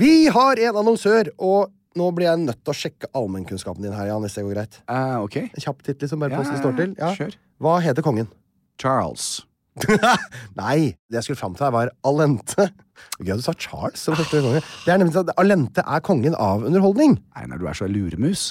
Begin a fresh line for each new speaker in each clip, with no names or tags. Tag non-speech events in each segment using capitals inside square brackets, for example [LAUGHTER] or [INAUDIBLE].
Vi har en annonsør, og nå blir jeg nødt til å sjekke allmennkunnskapen din her, Jan, hvis det går greit.
Eh, ok.
En kjapp titt, liksom, bare
Ja,
på hvordan det
ja,
står til.
ja. Kjør.
Hva heter kongen? [LAUGHS]
Charles.
Nei, det jeg skulle fram til her, var Alente. Gøy at du sa Charles som første konge. Det er nemlig sånn at Alente er kongen av underholdning.
Einar, du er så luremus.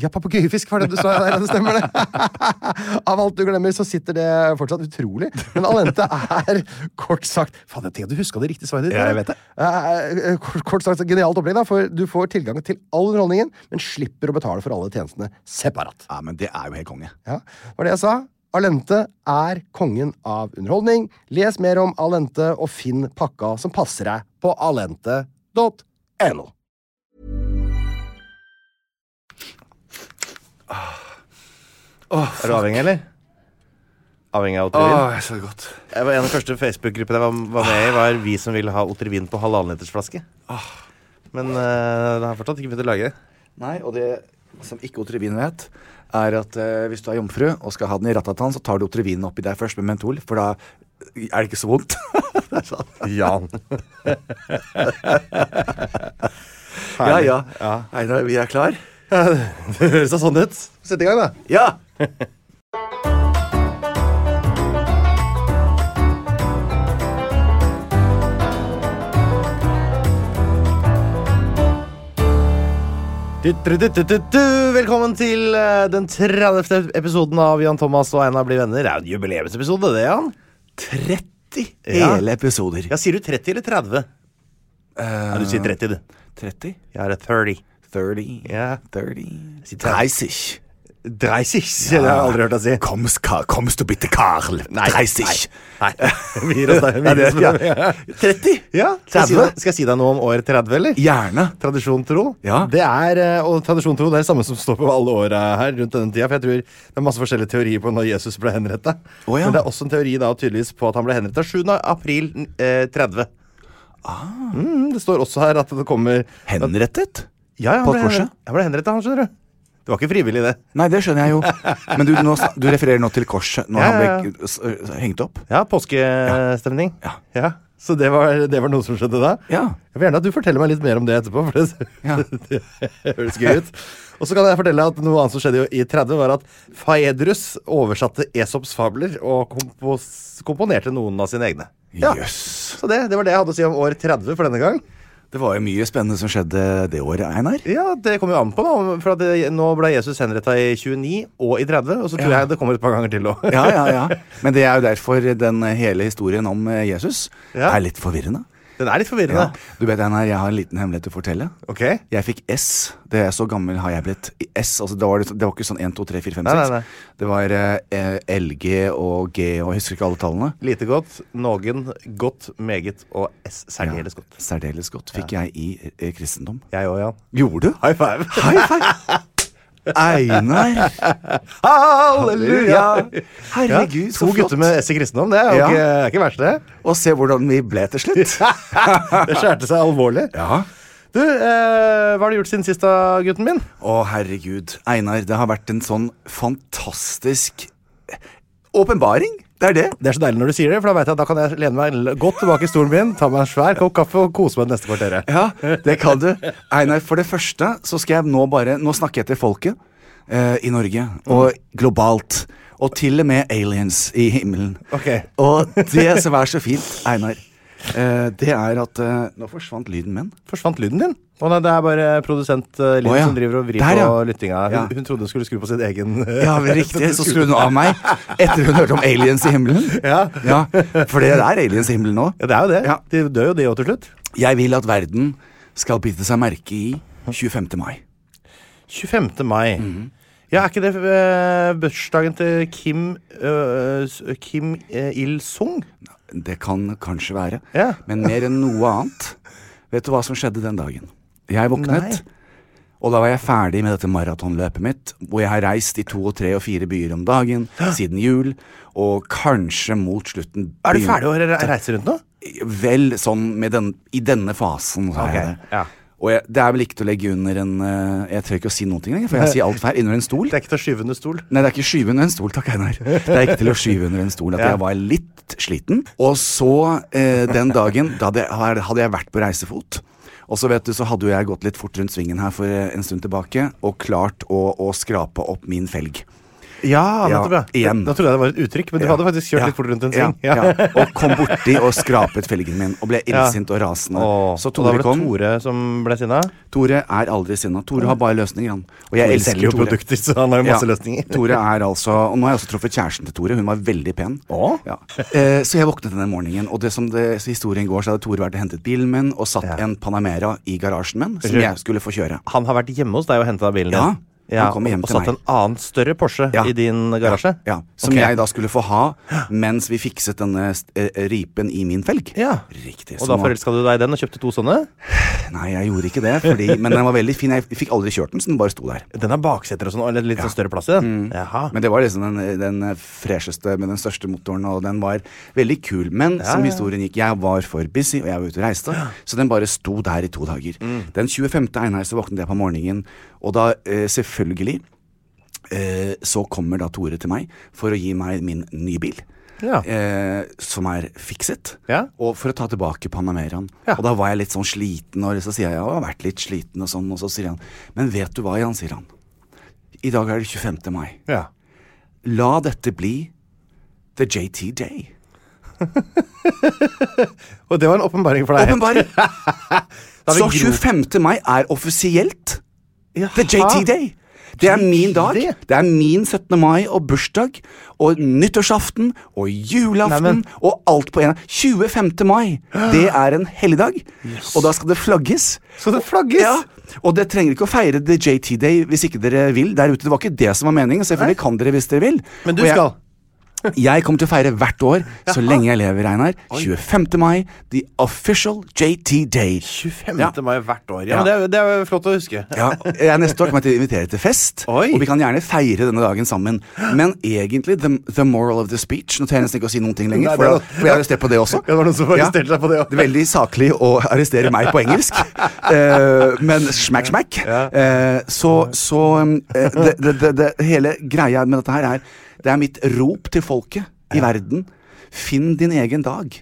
Ja, papegøyefisk var det du sa der, ja, det stemmer det. [LAUGHS] Av alt du glemmer, så sitter det fortsatt utrolig. Men Alente er kort sagt Faen, jeg tenkte du huska det riktige svaret ditt.
Ja, jeg vet det.
Eh, eh, Kort, kort sagt, genialt opplegg, da, for du får tilgang til all underholdningen, men slipper å betale for alle tjenestene separat.
Ja, men det er jo helt konge.
Ja, var det jeg sa. Alente er kongen av underholdning. Les mer om Alente og finn pakka som passer deg på alente.no.
Ah. Er du avhengig, eller? Avhengig av Otrivin?
Åh, jeg så det godt.
Jeg var En av de første Facebook-gruppene jeg var, var med i, var vi som ville ha Otrivin på halvannenlitersflaske. Men eh, det har fortsatt ikke begynt å lage det.
Nei, og det som ikke Otrivin vet, er at eh, hvis du er jomfru og skal ha den i ratatan, så tar du Otrivinen oppi deg først med mentol, for da er det ikke
[LAUGHS]
så vondt. det er sånn.
Jan. [LAUGHS]
Ja, ja. Einar, vi er klar?
Det høres da sånn ut.
Sett i gang, da.
Ja!
Du, du, du, du, du, du. Velkommen til eh, den 30. episoden av Jan Thomas og Einar blir venner. Det er jo en jubileumsepisode, det, Jan.
30
Ja.
hele episoder.
Ja, Sier du 30 eller 30? Ja, du sier 30, du.
30?
Jeg er 30.
30.
Ja.
30.
Jeg sier 30.
30.
30, det har jeg aldri hørt deg si.
Kommst, Karl, kommst du bitte, Karl. 30.
Nei. [LAUGHS] Vi gir oss der. Vi
Ja,
gir
det-
oss med
ja.
det.
30?
Ja, skal jeg, si deg, skal jeg si deg noe om år 30, eller?
Gjerne.
Tradisjon tro.
Ja.
Det er, eh, og tradisjon tro det er det samme som står på alle åra her rundt denne tida. For jeg tror det er masse forskjellige teorier på når Jesus ble henretta.
Å, ja.
Men det er også en teori da tydeligvis på at han ble henretta 7. april eh, 30. Mm, det står også her at det kommer
Henrettet?
Ja, ja,
På
han ble,
korset?
henrettet- han ble henretta, han, skjønner du. Det var ikke frivillig, det.
Nei, det skjønner jeg jo. Men du, nå, sn- du refererer nå til korset når
Ja, ja,
han ble s- s- hengt opp?
Ja, påskestemning.
Ja.
Så det var, det var noe som skjedde da?
Ja.
Jeg vil gjerne at du forteller meg litt mer om det etterpå, for det,
Ja.
[LAUGHS] det høres gøy ut. Og så kan jeg fortelle at noe annet som skjedde jo i 30, var at Faedrus oversatte Esops fabler og kompos komponerte noen av sine egne. Ja.
Jøss.
Så det, det var det jeg hadde å si om år 30 for denne gang.
Det var jo mye spennende som skjedde det året, Einar.
Ja, det kommer jo an på, da. For at det, nå ble Jesus henretta i 29 og i 30, og så tror
Ja.
jeg det kommer et par ganger til òg.
Ja, ja, ja. Men det er jo derfor den hele historien om eh, Jesus
Ja.
er litt forvirrende.
Den er litt forvirrende.
Ja. Du vet, Einar, jeg har en liten hemmelighet til å fortelle.
Ok?
Jeg fikk S. Det er Så gammel har jeg blitt. I S, altså Det var, det var ikke sånn 1, 2, 3, 4, 5,
Nei,
6.
nei, nei.
Det var eh, LG og G og jeg husker ikke alle tallene.
Lite godt, noen godt, meget og S særdeles godt.
Særdeles godt fikk jeg i eh, kristendom.
Jeg òg, Jan.
Gjorde du?
High [LAUGHS] five.
High five! Einar! Halleluja!
Ja,
Herregud, så
to
flott.
gutter med S i kristendom, det er jo
Ja.
ikke, er ikke [LAUGHS] verst, det.
Og se hvordan vi ble til slutt.
Det skjærte seg alvorlig.
[LAUGHS] Ja.
Du, eh, hva har du gjort siden sist, da, gutten min?
Å, herregud. Einar, det har vært en sånn fantastisk åpenbaring. Det er det.
Det er så deilig når du sier det, for da vet jeg at da kan jeg lene meg l- godt tilbake i stolen min, ta meg en svær kopp kaffe og kose meg det neste kvarteret.
Ja, det kan du. Einar, for det første så skal jeg nå bare Nå snakker jeg til folket eh, i Norge, og globalt. Og til og med aliens i himmelen.
Ok.
Og det som er så fint, Einar, eh, det er at eh, Nå forsvant lyden min.
Forsvant lyden din? Å nei, det er bare produsent eh, Linn
Å, ja.
som driver og vrir
Der, ja.
på lyttinga. Hun,
Ja.
hun trodde hun skulle skru på sin egen
Ja,
[LAUGHS]
men riktig. Så skrudde hun av meg etter hun hørte om aliens i himmelen.
Ja.
For det er aliens i himmelen nå.
Ja, det er jo det.
Ja.
De dør jo, de òg, til slutt.
Jeg vil at verden skal bite seg merke i 25. mai.
25. mai. Ja, er ikke det eh, bursdagen til Kim eh, s- Kim eh, Il-sung?
Det kan kanskje være.
Ja.
Men mer enn noe annet. Vet du hva som skjedde den dagen? Jeg våknet, og da var jeg ferdig med dette maratonløpet mitt, hvor jeg har reist i to og tre og fire byer om dagen siden jul, og kanskje mot slutten
Er du
begyn-
ferdig å re- reise rundt nå?
Vel sånn med den, i denne fasen. Så er
Ok,
jeg det.
ja.
Og jeg, det er vel ikke til å legge under en eh, Jeg tør ikke å si noen ting lenger, for jeg sier alt feil. Under en stol.
Det er ikke til å skyve under stol.
Nei, det er ikke skyve under en stol, takk Einar. Det er ikke til å skyve under en stol at
Ja.
jeg var litt sliten. Og så, eh, den dagen, da hadde jeg, hadde jeg vært på reisefot. Og så vet du, så hadde jo jeg gått litt fort rundt svingen her for eh, en stund tilbake, og klart å, å skrape opp min felg.
Ja,
Ja,
nettopp, ja.
igjen.
Da trodde jeg det var et uttrykk, men du
Ja.
hadde faktisk kjørt
Ja.
litt fort rundt en
Ja,
sving. Ja. [LAUGHS]
ja. Og kom borti og skrapet felgen min, og ble illsint og rasende.
Åh,
Så
og da
Tore
var det
kom.
Tore som ble sinna?
Tore er aldri sinna. Tore har bare løsninger, han. Og jeg
Tore selger
elsker
jo
Tore.
produkter, så han har jo masse løsninger. [LAUGHS]
Tore er altså, og Nå har jeg også truffet kjæresten til Tore. Hun var veldig pen.
Å?
Ja. Eh, så jeg våknet den morgenen, og det som det, så historien går, så hadde Tore vært og hentet bilen min og satt en Panamera i garasjen min, som
Rød.
jeg skulle få kjøre.
Han har vært hjemme hos deg og henta bilen
Ja,
din?
han kom hjem
og
til
satt
meg.
en annen større Porsche
Ja.
i din garasje?
Ja, Som
Ok.
jeg da skulle få ha mens vi fikset denne eh, ripen i min felg.
Ja.
Riktig.
Og
så
da
nå-
forelska du deg i den og kjøpte to sånne?
Nei, jeg gjorde ikke det, fordi,
[LAUGHS]
men den var veldig fin. Jeg fikk aldri kjørt den, så den bare sto der.
Den har bakseter og sånn, eller litt sånn større plass i den? Jaha.
Men det var liksom den, den fresheste med den største motoren, og den var veldig kul. Men som historien gikk, jeg var for busy, og jeg var ute og reiste, så den bare sto der i to dager.
Mm.
Den 25. Einar så våknet jeg på morgenen, og da eh, selvfølgelig eh, så kommer da Tore til meg for å gi meg min nye bil.
Ja.
Eh, som er fikset.
Ja.
Og for å ta tilbake Panameraen.
Ja.
Og da var jeg litt sånn sliten, og så sier jeg jeg har vært litt sliten, og sånn, og så sier han Men vet du hva, Jan, sier han. I dag er det 25. mai.
ja.
La dette bli The JT Day.
Og det var en åpenbaring for deg.
Åpenbar!
[LAUGHS] Da
Så
vil Gro-
25. mai er offisielt The
Jaha.
JT Day. Det er min dag.
JT.
Det er min 17. mai og bursdag og nyttårsaften og julaften
Neimen.
og alt på en 25. mai, det er en helligdag, og da skal det flagges.
Så det flagges!
Ja, og det trenger ikke å feire The JT Day hvis ikke dere vil der ute. Det var ikke det som var meningen. Selvfølgelig kan dere hvis dere vil.
Men du
Og jeg-
skal.
Jeg kommer til å feire hvert år så lenge jeg lever, Einar. 25. mai, the official JT Day.
25.
Ja.
mai hvert år.
Ja.
Ja, men det, er- det er jo flott å huske.
Ja, jeg Neste år kommer jeg til å invitere til fest,
Oi.
og vi kan gjerne feire denne dagen sammen. Men egentlig, the, the moral of the speech Nå tør jeg nesten ikke å si noen ting lenger,
Nei,
for,
det
da,
var-
for jeg er arrestert på det også.
Det var noen som arresterte seg på det også.
er Veldig saklig å arrestere meg på engelsk, Eh, men smack, smack. Eh, så så eh, det, det, det, det hele greia med dette her er Det er mitt rop til folket i verden. Finn din egen dag.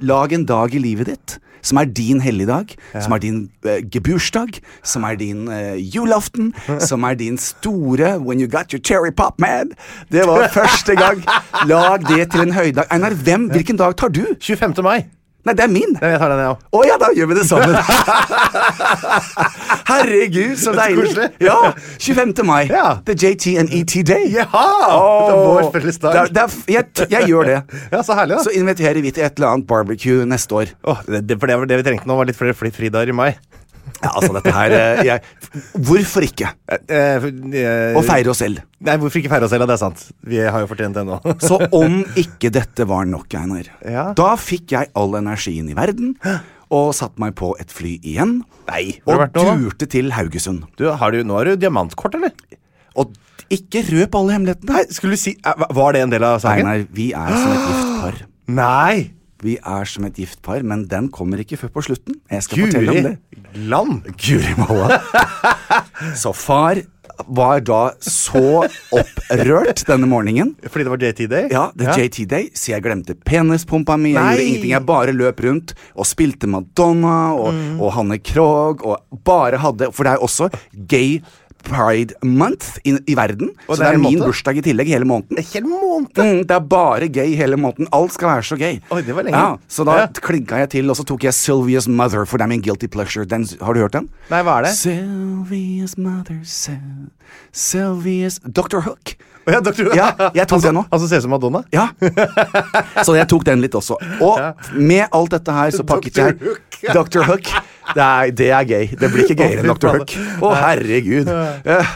Lag en dag i livet ditt som er din helligdag, som er din eh, gebursdag, som er din eh, julaften, som er din store When you got your cherry pop, man. Det var første gang. Lag det til en høydag. Einar, hvem, hvilken dag tar du?
25. mai.
Nei, det er min!
Jeg tar den, jeg òg.
Å ja, da gjør vi det
[LAUGHS]
sammen! Herregud, så deilig.
koselig.
Ja, 25. mai.
Ja.
The JT and ET Day.
Jaha!
Åh,
Dette er vår felles dag.
det er- det er f- jeg, t- jeg gjør det.
[LAUGHS] Ja, så herlig, da.
Så inviterer vi til et eller annet barbecue neste år.
Åh, det, det, for det var det vi trengte nå, var litt flere fri- fridager i mai.
Ja, altså, dette her eh, jeg, Hvorfor ikke? Å feire oss selv.
eh, Nei, hvorfor ikke feire oss selv? Ja, Det er sant. Vi har jo fortjent [LAUGHS] det nå.
Så om ikke dette var nok, Einar,
Ja.
da fikk jeg all energien i verden og satte meg på et fly igjen.
Nei, hvor
og
har du vært nå, da?
durte til Haugesund.
Du, har du, nå har du diamantkort, eller?
Og ikke røp alle hemmelighetene.
Nei, skulle du si eh, hva- Var det en del av saken?
Einar, vi er som et gift par.
Nei!
Vi er som et gift par, men den kommer ikke før på slutten. Jeg skal fortelle om
Guri
det.
land!
Guri malla. Så far var da så opprørt denne morgenen.
Fordi det var JT Day?
Ja, det er JT Day, så jeg glemte penispumpa mi. Jeg
Nei.
gjorde ingenting, jeg bare løp rundt og spilte Madonna og,
Mm.
og Hanne Krogh og bare hadde For det er også gay pride month i, i verden, så
Og det
det
er
er
en
min
måned?
bursdag i tillegg hele måneden.
En hel måned!
Mm, det er bare gay hele måneden. Alt skal være så gay.
Oi, det var lenge.
Ja, så da
Ja.
klinka jeg til, og så tok jeg Sylvia's Mother, for det er min guilty pleasure. Den, har du hørt den?
Nei, hva er det?
Sylvia's Mother, Syl- Sylvia's Dr.
[LAUGHS]
Hook.
Å Ja, doktor,
Ja, jeg tok
altså,
det nå.
Altså ser ut som Madonna?
Ja. Så jeg tok den litt også. Og med alt dette her
[LAUGHS]
så pakket
Dr.
jeg [LAUGHS]
Hook.
Dr. Hook. Det er, det er gøy. Det blir ikke gøyere enn
Å, fy
Dr. Hook. Å, herregud. Eh,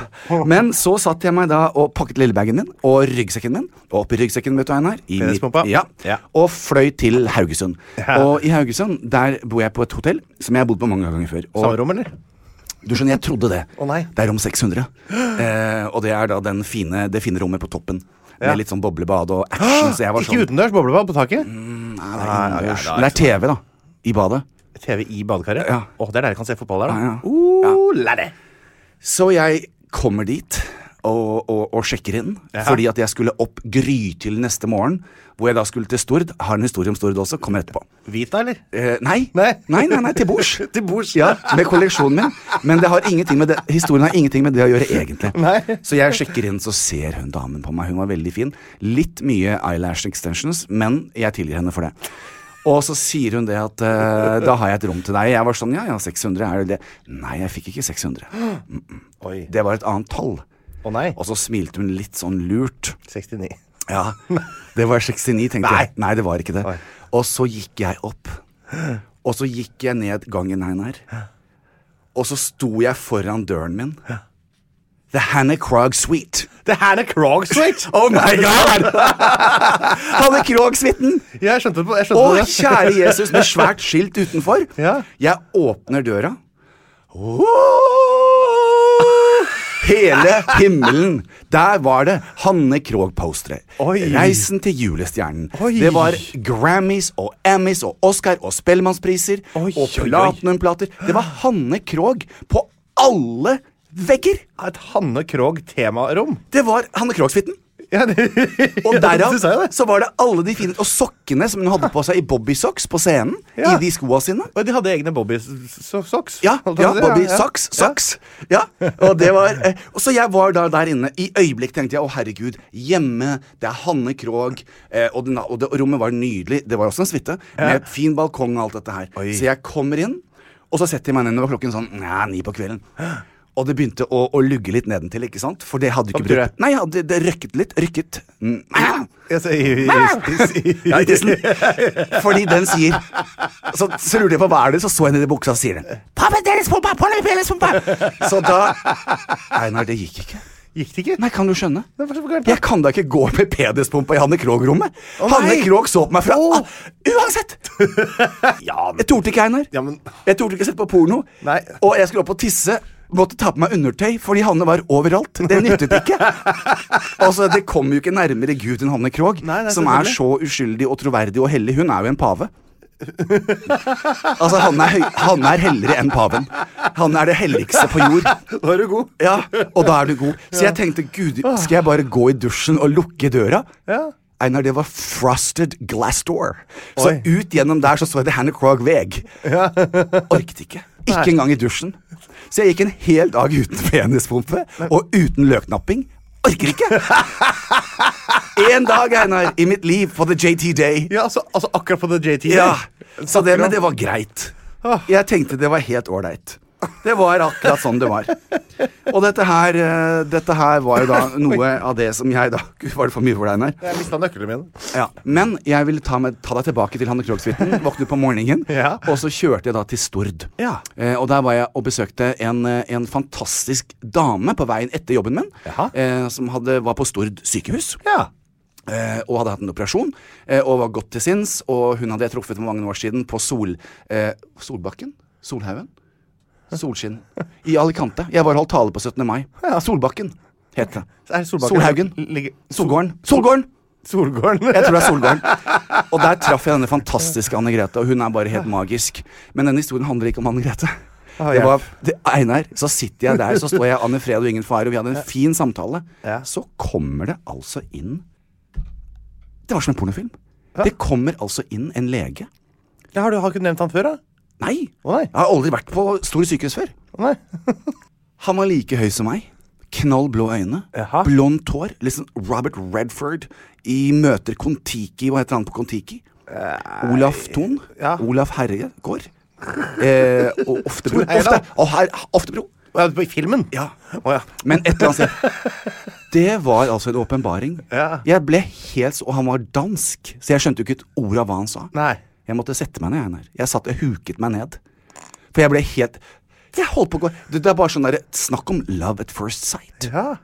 Men så satt jeg meg da og pakket lillebagen min og ryggsekken min. Og oppi ryggsekken, vet du, Einar. i mitt-
Penispumpa.
Ja.
Ja.
Og fløy til Haugesund. Og i Haugesund der bor jeg på et hotell som jeg har bodd på mange ganger før. Og
Samme rom, eller?
du skjønner, jeg trodde det.
Å, nei.
Det er rom 600. Eh, og det er da den fine, det fine rommet på toppen.
Ja.
Med litt sånn boblebad og action. Så jeg var
Ikke
sånn Mm.
utendørs, boblebad på taket?
Nei, det
Nei,
er innendørs.
ok, da er
Men det er TV, da. I badet.
TV i badekaret?
Ja.
Åh, det er der jeg kan se fotball der, da.
Ja, ja.
Uh, lære.
Så jeg kommer dit og, og, og sjekker inn. Fordi at jeg skulle opp grytidlig neste morgen. Hvor jeg da skulle til Stord. Har en historie om Stord også. Kommer etterpå.
Hvita, eller?
Eh, nei.
Nei.
nei, nei, nei, til bords.
[LAUGHS] Til bords.
Ja, med kolleksjonen min. Men det har ingenting med det, historien har ingenting med det å gjøre, egentlig.
[LAUGHS] Nei.
Så jeg sjekker inn, så ser hun damen på meg. Hun var veldig fin. Litt mye eyelash extensions, men jeg tilgir henne for det. Og så sier hun det at eh, da har jeg et rom til deg. Jeg var sånn ja, ja, 600, er det det? Nei, jeg fikk ikke 600.
Oi.
Det var et annet tall.
Å nei.
Og så smilte hun litt sånn lurt.
69.
Ja, det var 69, tenkte jeg. Nei, det var ikke det.
Oi.
Og så gikk jeg opp. Og så gikk jeg ned gangen Einar. Og så sto jeg foran døren min. The Hannah Krog Suite.
Det her er Crogsweight!
Oh my god! [LAUGHS] Hanne Krog-suiten!
Ja, [LAUGHS] jeg skjønte det. på- Jeg
Å,
skjønte det.
kjære Jesus,
[LAUGHS]
med svært skilt utenfor.
Ja.
Jeg åpner døra. Åh! Hele himmelen! Der var det Hanne Krogh-postere.
Oi.
Reisen til julestjernen.
Oi.
Det var Grammys og Emmys og Oscar og Spellemannspriser
Oi,
og
oi, oi.
platinumplater. Det var Hanne Krogh på alle vegger!
Et Hanne Krogh temarom.
Det var Hanne Krogh-suiten.
Ja, det,
Og
[LAUGHS] Ja,
derav
du sa jo det.
så var det alle de fine Og sokkene som hun hadde på seg i bobbysocks på scenen.
Ja.
I de skoa sine.
Og de hadde egne Bobby-socks.
Ja, ja Bobby Socks. Socks. Ja. Og det var eh, og Så jeg var da der inne. I øyeblikk tenkte jeg å herregud, hjemme, det er Hanne Krogh. Eh, og, den, og det og rommet var nydelig. Det var også en suite. Med fin balkong og alt dette her.
Oi.
Så jeg kommer inn, og så setter jeg meg ned. Det var klokken sånn næ, ni på kvelden. Og det begynte å, å lugge litt nedentil, ikke sant? For det hadde ikke
betyr det?
brukt Nei, ja, det, det røkket litt. Rykket. Mm. [CLEARS THROAT]
Ja, så, i, i, i, i,
Ja, i tissen. Fordi den sier så, så lurte jeg på hva er det, så så jeg ned i buksa og sier den. Pappa, deres pumpa, pumpa, deres pumpa. Så da Einar, det gikk ikke.
Gikk det ikke?
Nei, kan du skjønne?
Det var så gærent, da.
Jeg kan da ikke gå med penispumpa i Hanne Krogh-rommet.
Å,
Hanne
nei.
Krogh så på meg fra ah, Uansett!
Ja, men,
Jeg torde ikke, Einar.
ja, men
Jeg torde ikke sette på porno.
Nei.
Og jeg skulle opp og tisse. Måtte ta på meg undertøy fordi Hanne var overalt. Det nyttet ikke.
[LAUGHS]
altså, Det kom jo ikke nærmere Gud enn Hanne Krogh,
Nei, nei,
som er så uskyldig og troverdig og hellig. Hun er jo en pave. altså, Hanne er, høy- Hanne er helligere enn paven. Hanne er det helligste på jord.
Nå er du god.
Ja, Og da er du god. Så jeg tenkte, gud, skal jeg bare gå i dusjen og lukke døra?
Ja.
Einar, det var frosted glass door. Så
Oi.
ut gjennom der så så jeg det Hannah Krogh-veg. Orket ikke. Ikke engang i dusjen. Så jeg gikk en hel dag uten penispumpe og uten løknapping. Orker ikke! En dag, Einar, i mitt liv på The JT Day.
Ja, altså, altså akkurat på The JT.
Ja, så det,
Akkurat. Ah.
Men det var greit. Jeg tenkte det var helt ålreit. Det var akkurat sånn det var. Og dette her, eh, dette her var jo da noe av det som jeg da Gud, var det for mye for deg, Einar?
Jeg mista nøklene mine.
Ja. Men jeg ville ta, med, ta deg tilbake til Hanne Krogshvitten. Våkne på morgenen.
[LAUGHS] Ja.
Og så kjørte jeg da til Stord.
Ja.
Eh, og der var jeg og besøkte en, eh, en fantastisk dame på veien etter jobben min.
Jaha.
Eh, som hadde, var på Stord sykehus.
Ja.
Eh, og hadde hatt en operasjon eh, og var godt til sinns. Og hun hadde jeg truffet for mange år siden på Sol... Eh, Solbakken? Solhaugen? Solskinn. I Alicante. Jeg var og holdt tale på 17. mai. Solbakken het det.
Er Solbakken-
Solhaugen.
Ligger-
Solgården. Solgården!
Solgården.
Jeg tror det er Solgården. Og der traff jeg denne fantastiske Anne Grete, og hun er bare helt magisk. Men denne historien handler ikke om Anne Grete.
Ah,
Det var, det, Einar, så sitter jeg der, så står jeg Anne Fred og ingen fare, og vi hadde en fin samtale.
Ja.
Så kommer det altså inn Det var som en pornofilm. Det kommer altså inn en lege.
[LAUGHS] Ja, har du har ikke nevnt han før, da?
Nei!
Å, nei.
Jeg har aldri vært på store sykehus før.
Nei.
Han var like høy som meg. Knall blå øyne.
Jaha.
Blondt hår. Liksom Robert Redford i møter Kon-Tiki. Hva heter han på Kon-Tiki? Olaf Thon.
ja.
Olaf Herregård.
[LAUGHS]
Eh, og Oftebro. Ofte,
Heyerdahl.
og her, Oftebro.
Ja, på- I filmen?
Ja.
Å ja.
Men et eller annet sted.
[LAUGHS]
Det var altså en åpenbaring.
Ja.
Jeg ble helt s- Og han var dansk, så jeg skjønte jo ikke et ord av hva han sa.
Nei.
Jeg måtte sette meg ned, Einar. Jeg satt og huket meg ned. For jeg ble helt Jeg holdt på å gå Det, det er bare sånn derre Snakk om love at first sight.
Ja.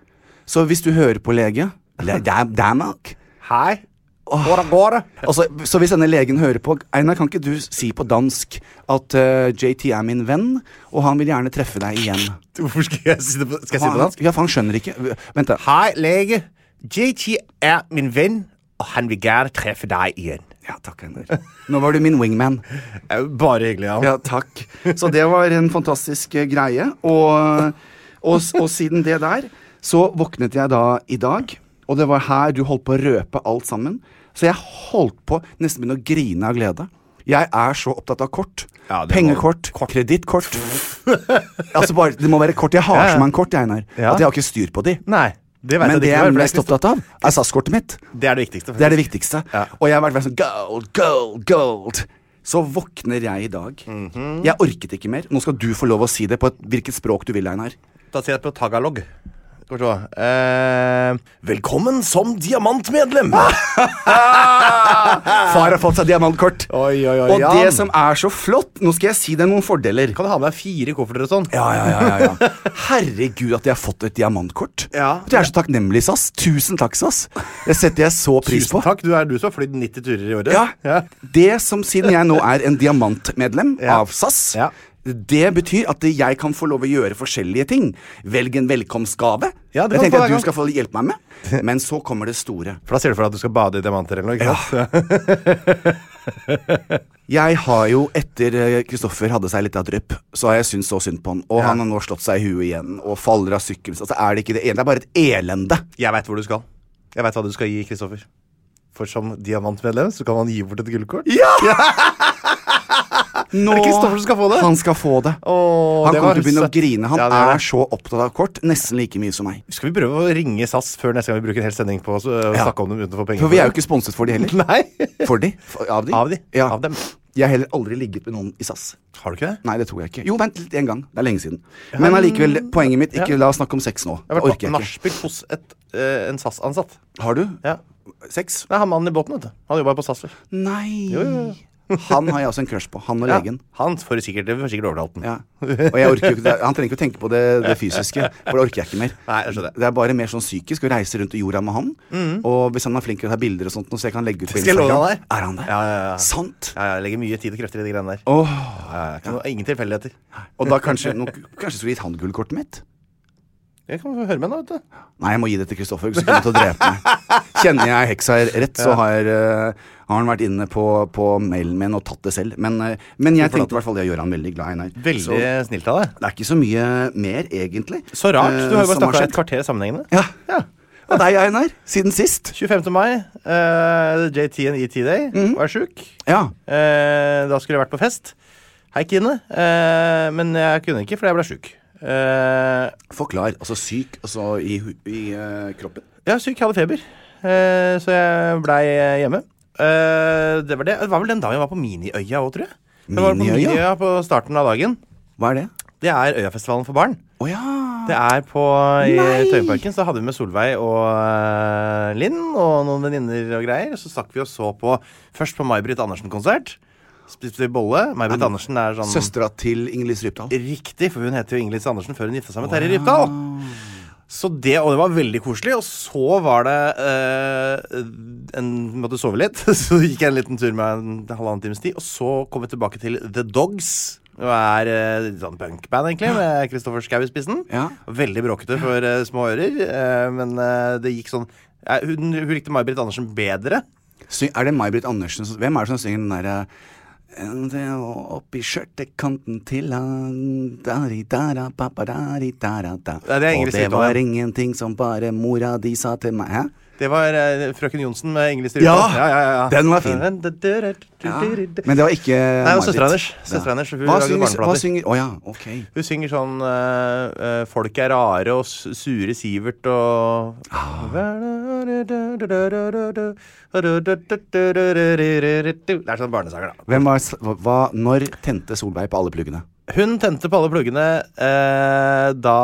Så hvis du hører på lege le- Det er det er nok.
Hei. Hvordan går det?
Altså, så hvis denne legen hører på Einar, kan ikke du si på dansk at eh, JT er min venn, og han vil gjerne treffe deg igjen?
Hvorfor skal jeg si det på, skal jeg si det på dansk?
Ja, for han skjønner ikke. Vent, da.
Hei, lege. JT er min venn, og han vil gjerne treffe deg igjen.
Ja, takk, Einar. Nå var du min wingman.
Det er jo Bare hyggelig, ja.
Ja, takk. Så det var en fantastisk eh, greie. Og, og, og siden det der, så våknet jeg da i dag, og det var her du holdt på å røpe alt sammen. Så jeg holdt på nesten begynne å grine av glede. Jeg er så opptatt av kort.
Ja, det må-
Pengekort, kredittkort
[LAUGHS]
altså bare, Det må være kort. Jeg har
ja.
så mange kort, Einar,
Ja.
at jeg har ikke styr på de.
Nei, det vet
Men
jeg
det
ikke,
jeg
for
er
det er
mest
ikke-
opptatt av, er SAS-kortet mitt.
Det er det viktigste.
Det er det viktigste.
Ja.
Og jeg har vært veldig sånn gold, gold, gold. Så våkner jeg i dag.
Mhm.
Jeg orket ikke mer. Nå skal du få lov å si det på et, hvilket språk du vil, Einar.
Da sier jeg på tagalog. Skal vi se. Eh, velkommen som diamantmedlem!
Far har fått seg diamantkort.
Oi, oi, oi,
og
Jan.
det som er så flott Nå skal jeg si deg noen fordeler.
Kan du ha med deg fire kofferter og sånn?
Ja, ja, ja, ja, ja. [LAUGHS] Herregud, at jeg har fått et diamantkort.
Ja.
Jeg er så takknemlig, SAS. Tusen takk, SAS. Det setter jeg så pris på.
Tusen takk. Du er du som har flydd 90 turer i året.
Ja. Det som siden jeg nå er en diamantmedlem
Ja.
av SAS
Ja.
Det betyr at jeg kan få lov å gjøre forskjellige ting. Velg en velkomstgave.
Ja,
jeg
det kan du få
tenker
hver
at du
gang.
skal få hjelpe meg med.
[LAUGHS]
Men så kommer det store.
For da ser du for deg at du skal bade i diamanter eller noe. Ikke sant?
Jeg har jo, etter eh, Kristoffer hadde seg litt av drypp, så har jeg syntes så synd på han. Og han har nå slått seg i huet igjen og faller av sykkelen. Så er det ikke det ene. Det er bare et elende.
Jeg veit hvor du skal. Jeg veit hva du skal gi Kristoffer. For som diamantmedlem så kan man gi bort et gullkort.
[LAUGHS] Nå,
Er det Kristoffer som skal få det?
Han skal få det.
Åh,
han
det
kommer
var
til å begynne å
søtt.
grine. Han
Ja, det er det.
er så opptatt av kort. Nesten like mye som meg.
Skal vi prøve å ringe SAS før neste gang vi bruker en hel sending på å øh,
Ja.
snakke om dem uten å få penger?
For vi er jo ikke sponset for de heller.
[LAUGHS] Nei.
For de? For, av de?
Av de.
Ja.
Av dem.
Jeg har heller aldri ligget med noen i SAS.
Har du ikke det?
Nei, det tror jeg ikke. Jo, vent litt en gang. Det er lenge siden. Men allikevel, poenget mitt Ikke la oss snakke om sex nå.
Jeg
Det
har vært
orker
på
jeg ikke.
nachspiel hos et,
eh,
øh, en SAS-ansatt.
Har du?
Ja.
Sex?
Det er han mannen i båten, vet du. Han jobba på SAS før.
Nei. [LAUGHS] Han har jeg også en crush på. Han og
Ja.
legen.
Han får sikkert, får sikkert overtalt den.
Ja. Og jeg orker jo ikke det. Han trenger ikke å tenke på det,
[LAUGHS]
det fysiske, for det orker jeg ikke mer.
Nei, jeg skjønner. Mm.
Det er bare mer sånn psykisk å reise rundt i jorda med han. Og hvis han er flink til å ta bilder og sånt, nå, så jeg kan legge ut på
Skal jeg love
Instagram
deg?
Er han der?
Ja, ja, ja.
Sant?
Ja, jeg legger mye tid og krefter i de greiene der.
Åh.
Ja, ja, ikke noe, ingen tilfeldigheter.
Og da kanskje nå, Kanskje skulle jeg gitt han gullkortet mitt?
Jeg kan høre med henne, vet du.
Nei, jeg må gi det til Kristoffer, så kommer han til å drepe meg. Kjenner jeg heksa rett, så har, eh, har han vært inne på, på mailen min og tatt det selv. Men, eh, men jeg tenkte i hvert fall det gjør han veldig glad, Einar.
Veldig
Så det
snilt av deg.
er ikke så mye mer, egentlig. eh,
Så rart. Du har jo bare snakka et
snakka
kvarter sammenhengende.
Ja. Og deg, Einar. Siden sist.
25. mai, eh, JT and ET Day. Var sjuk.
Ja.
Eh, da skulle jeg vært på fest. Hei, Kine. Eh, men jeg kunne ikke fordi jeg ble sjuk. Eh,
Forklar. Altså syk, altså i, hu- i eh, kroppen.
jeg er syk, jeg hadde feber. eh, så jeg blei eh, hjemme. Eh, det var det. Det var vel den dagen jeg var på Miniøya òg, tror jeg. Jeg var på
Miniøya?
Miniøya på starten av dagen.
Hva er det?
Det er Øyafestivalen for barn.
Å ja.
Det er på I
Nei!
Tøyenparken så hadde vi med Solveig og eh, Linn og noen venninner og greier. Så stakk vi og så på Først på May-Britt Andersen-konsert. Spiste vi bolle. May-Britt Andersen er sånn
Søstera til Ingeliv Rypdal.
Riktig, for hun heter jo Ingrid Andersen før hun gifta seg med Terje Rypdal. Så det, og det var veldig koselig. Og så var det eh, en, Måtte sove litt. Så gikk jeg en liten tur med en halvannen times tid. Og så kom jeg tilbake til The Dogs. Det er eh, litt sånn punkband, egentlig, med Kristoffer Schau i spissen.
Ja.
Veldig bråkete for eh, små ører. eh, men eh, det gikk sånn eh, hun, hun likte May-Britt Andersen bedre.
Sy- Er det May-Britt Andersen som Hvem er det som synger den derre «En del Oppi skjørtekanten til han dari dara papadari dara da.
Ja, det er
Og
Ingrid
det
Styrtland.
var ingenting som bare mora di sa til meg. Hæ?
Det var eh, frøken Johnsen med Ingrid
Ja,
Styrvold.
den var fin. Ja. Men det var ikke
Nei, og
May-Britt.
søstera hennes.
Ja.
Søstera hennes. Hun
Hva
lager
synger Å
barneplater.
ja, ok.
Hun synger sånn eh, eh, Folk er rare og s- sure Sivert og Det er sånn barnesanger, da.
Hvem var, s- hva- hva, når tente Solveig på alle pluggene?
Hun tente på alle pluggene eh, da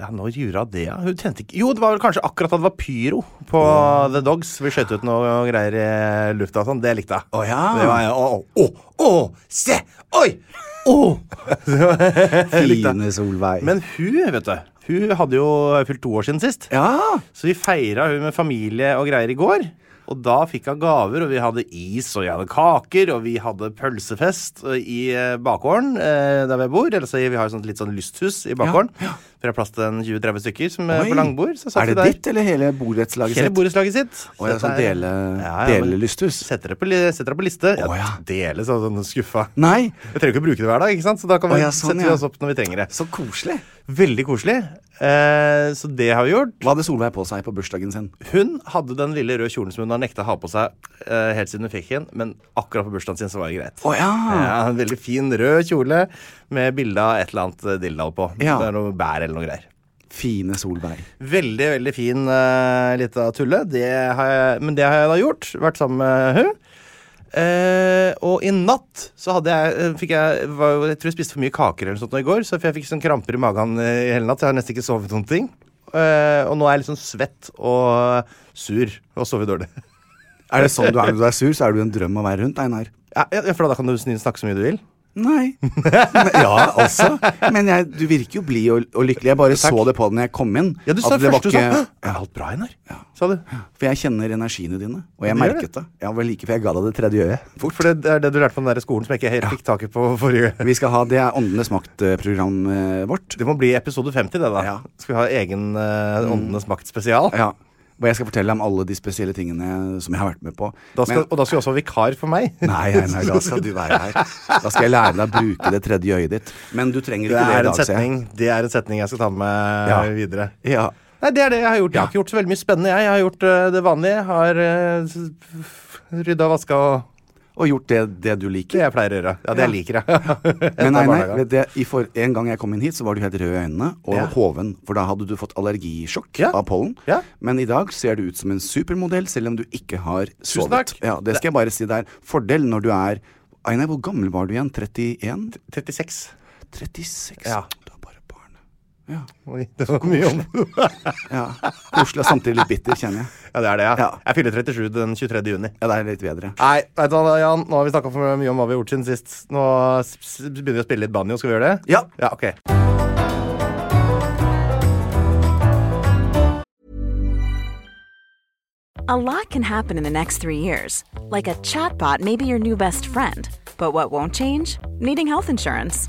Ja, nå gjorde hun det, ja. Hun tente ikke Jo, det var vel kanskje akkurat da det var pyro på The Dogs. Vi skjøt ut noe greier i lufta og sånn. Det likte jeg.
Å, ja.
Det var jeg. Å, å, å, å, se! Oi! Å! [LAUGHS]
Fine Solveig.
Men hun, vet du Hun hadde jo fylt to år siden sist.
ja!
Så vi feira hun med familie og greier i går. Og da fikk hun gaver, og vi hadde is, og vi hadde kaker, og vi hadde pølsefest eh, i eh, bakgården eh, der vi bor. Eller så vi har et sånt litt sånn lysthus i bakgården.
ja.
For det er plass til en 20-30 stykker som er
Oi.
Eh, på langbord. Så satt
er det
vi der.
ditt eller hele borettslaget
Hele
sitt?
borettslaget sitt.
Å, ja,
Dette
sånn
er-
dele,
Ja, ja, men
dele lysthus?
Setter det på, li- setter det på liste.
Å, ja.
Dele sånn, sånn skuffa.
Nei!
Jeg trenger ikke å bruke det hver dag, ikke sant? så da kan
Å,
vi
ja, sånn,
sette
ja.
oss opp når vi trenger det.
Så koselig.
Veldig koselig. Eh, så det har vi gjort.
Hva hadde Solveig på seg på bursdagen sin?
Hun hadde den lille røde kjolen som hun har nekta å ha på seg eh, helt siden hun fikk den, men akkurat på bursdagen sin så var det greit.
Å ja.
Ja, en veldig fin rød kjole med bilde av et eller annet eh, dilldall på.
Ja.
Det er noe bær eller noe greier.
Fine Solveig.
Veldig, veldig fin uh, lita tulle. Det har jeg, men det har jeg da gjort. Vært sammen med hun. Eh, og i natt så hadde jeg, eh, fikk jeg var, jo- Jeg tror jeg spiste for mye kaker eller noe sånt nå i går, så jeg fikk sånn kramper i magen eh, i hele natt. Så jeg har nesten ikke sovet noen ting. Eh, og nå er jeg litt sånn svett og sur og sover dårlig.
Er det sånn du er når du er sur, så er du en drøm å være rundt, Einar?
Ja, ja, for da kan du sn- snakke så mye du vil.
Nei. Men, ja, altså. Men jeg, du virker jo blid og, og lykkelig. Jeg bare så det på deg når jeg kom inn.
Ja, du sa
at det var
først du sa
ikke-
«Hå, Er alt bra, Einar? Sa du.
For jeg kjenner energiene dine, og jeg
Du gjør
merket det. Jeg var like, for jeg ga deg det tredje øyet.
For det det er det du lærte på den der skolen som jeg ikke helt fikk taket på forrige
Vi skal ha, Det er Åndenes makt-programmet vårt.
Det må bli episode 50, det, da.
Ja.
Skal vi ha egen eh, Åndenes makt-spesial?
Ja, Hvor jeg skal fortelle om alle de spesielle tingene som jeg har vært med på.
Da skal,
Men-
og da skal vi også ha vikar for meg.
[LAUGHS]
[LAUGHS]
Nei, nei, nei, da skal du være her. Da skal jeg lære deg å bruke det tredje øyet ditt. Men du trenger
Det
ikke det i
er,
dag,
en
ser jeg.
setning, det er en setning jeg skal ta med eh,
Ja.
videre.
Ja.
Nei, det er det jeg har gjort. Jeg har ikke gjort så veldig mye spennende, jeg. Jeg har gjort eh, det vanlige. Jeg Har uh, rydda og vaska og
Og gjort det, det du liker.
Det jeg pleier å gjøre. [LAUGHS] Ja, det jeg liker, jeg.
Men nei,
Etter
nei,
barnehagen.
vet du, i for, en gang jeg kom inn hit, så var du helt rød i øynene og
Ja.
hoven. For da hadde du fått allergisjokk
Ja.
av pollen.
Ja.
Men i dag ser du ut som en supermodell, selv om du ikke har sovet.
Tusen takk.
Ja, det skal jeg bare si. Det er fordel når du er Einar, hvor gammel var du igjen? 31?
36.
36?
Ja.
Du er bare barn.
Oi, det var mye om.
Ja. Koselig og samtidig litt bitter, kjenner jeg.
[LAUGHS] Ja, det er det, ja.
Ja.
Jeg fyller 37 den 23. juni.
Ja, det er litt bedre.
Nei, vet du hva, Jan, nå har vi snakka for mye om hva vi har gjort siden sist. Nå s- s- begynner vi å spille litt banjo. Skal vi gjøre det?
Ja.
Ja, ok.
A lot can happen in the next three years. Like a chatbot may be your new best friend. But what won't change? Needing health insurance.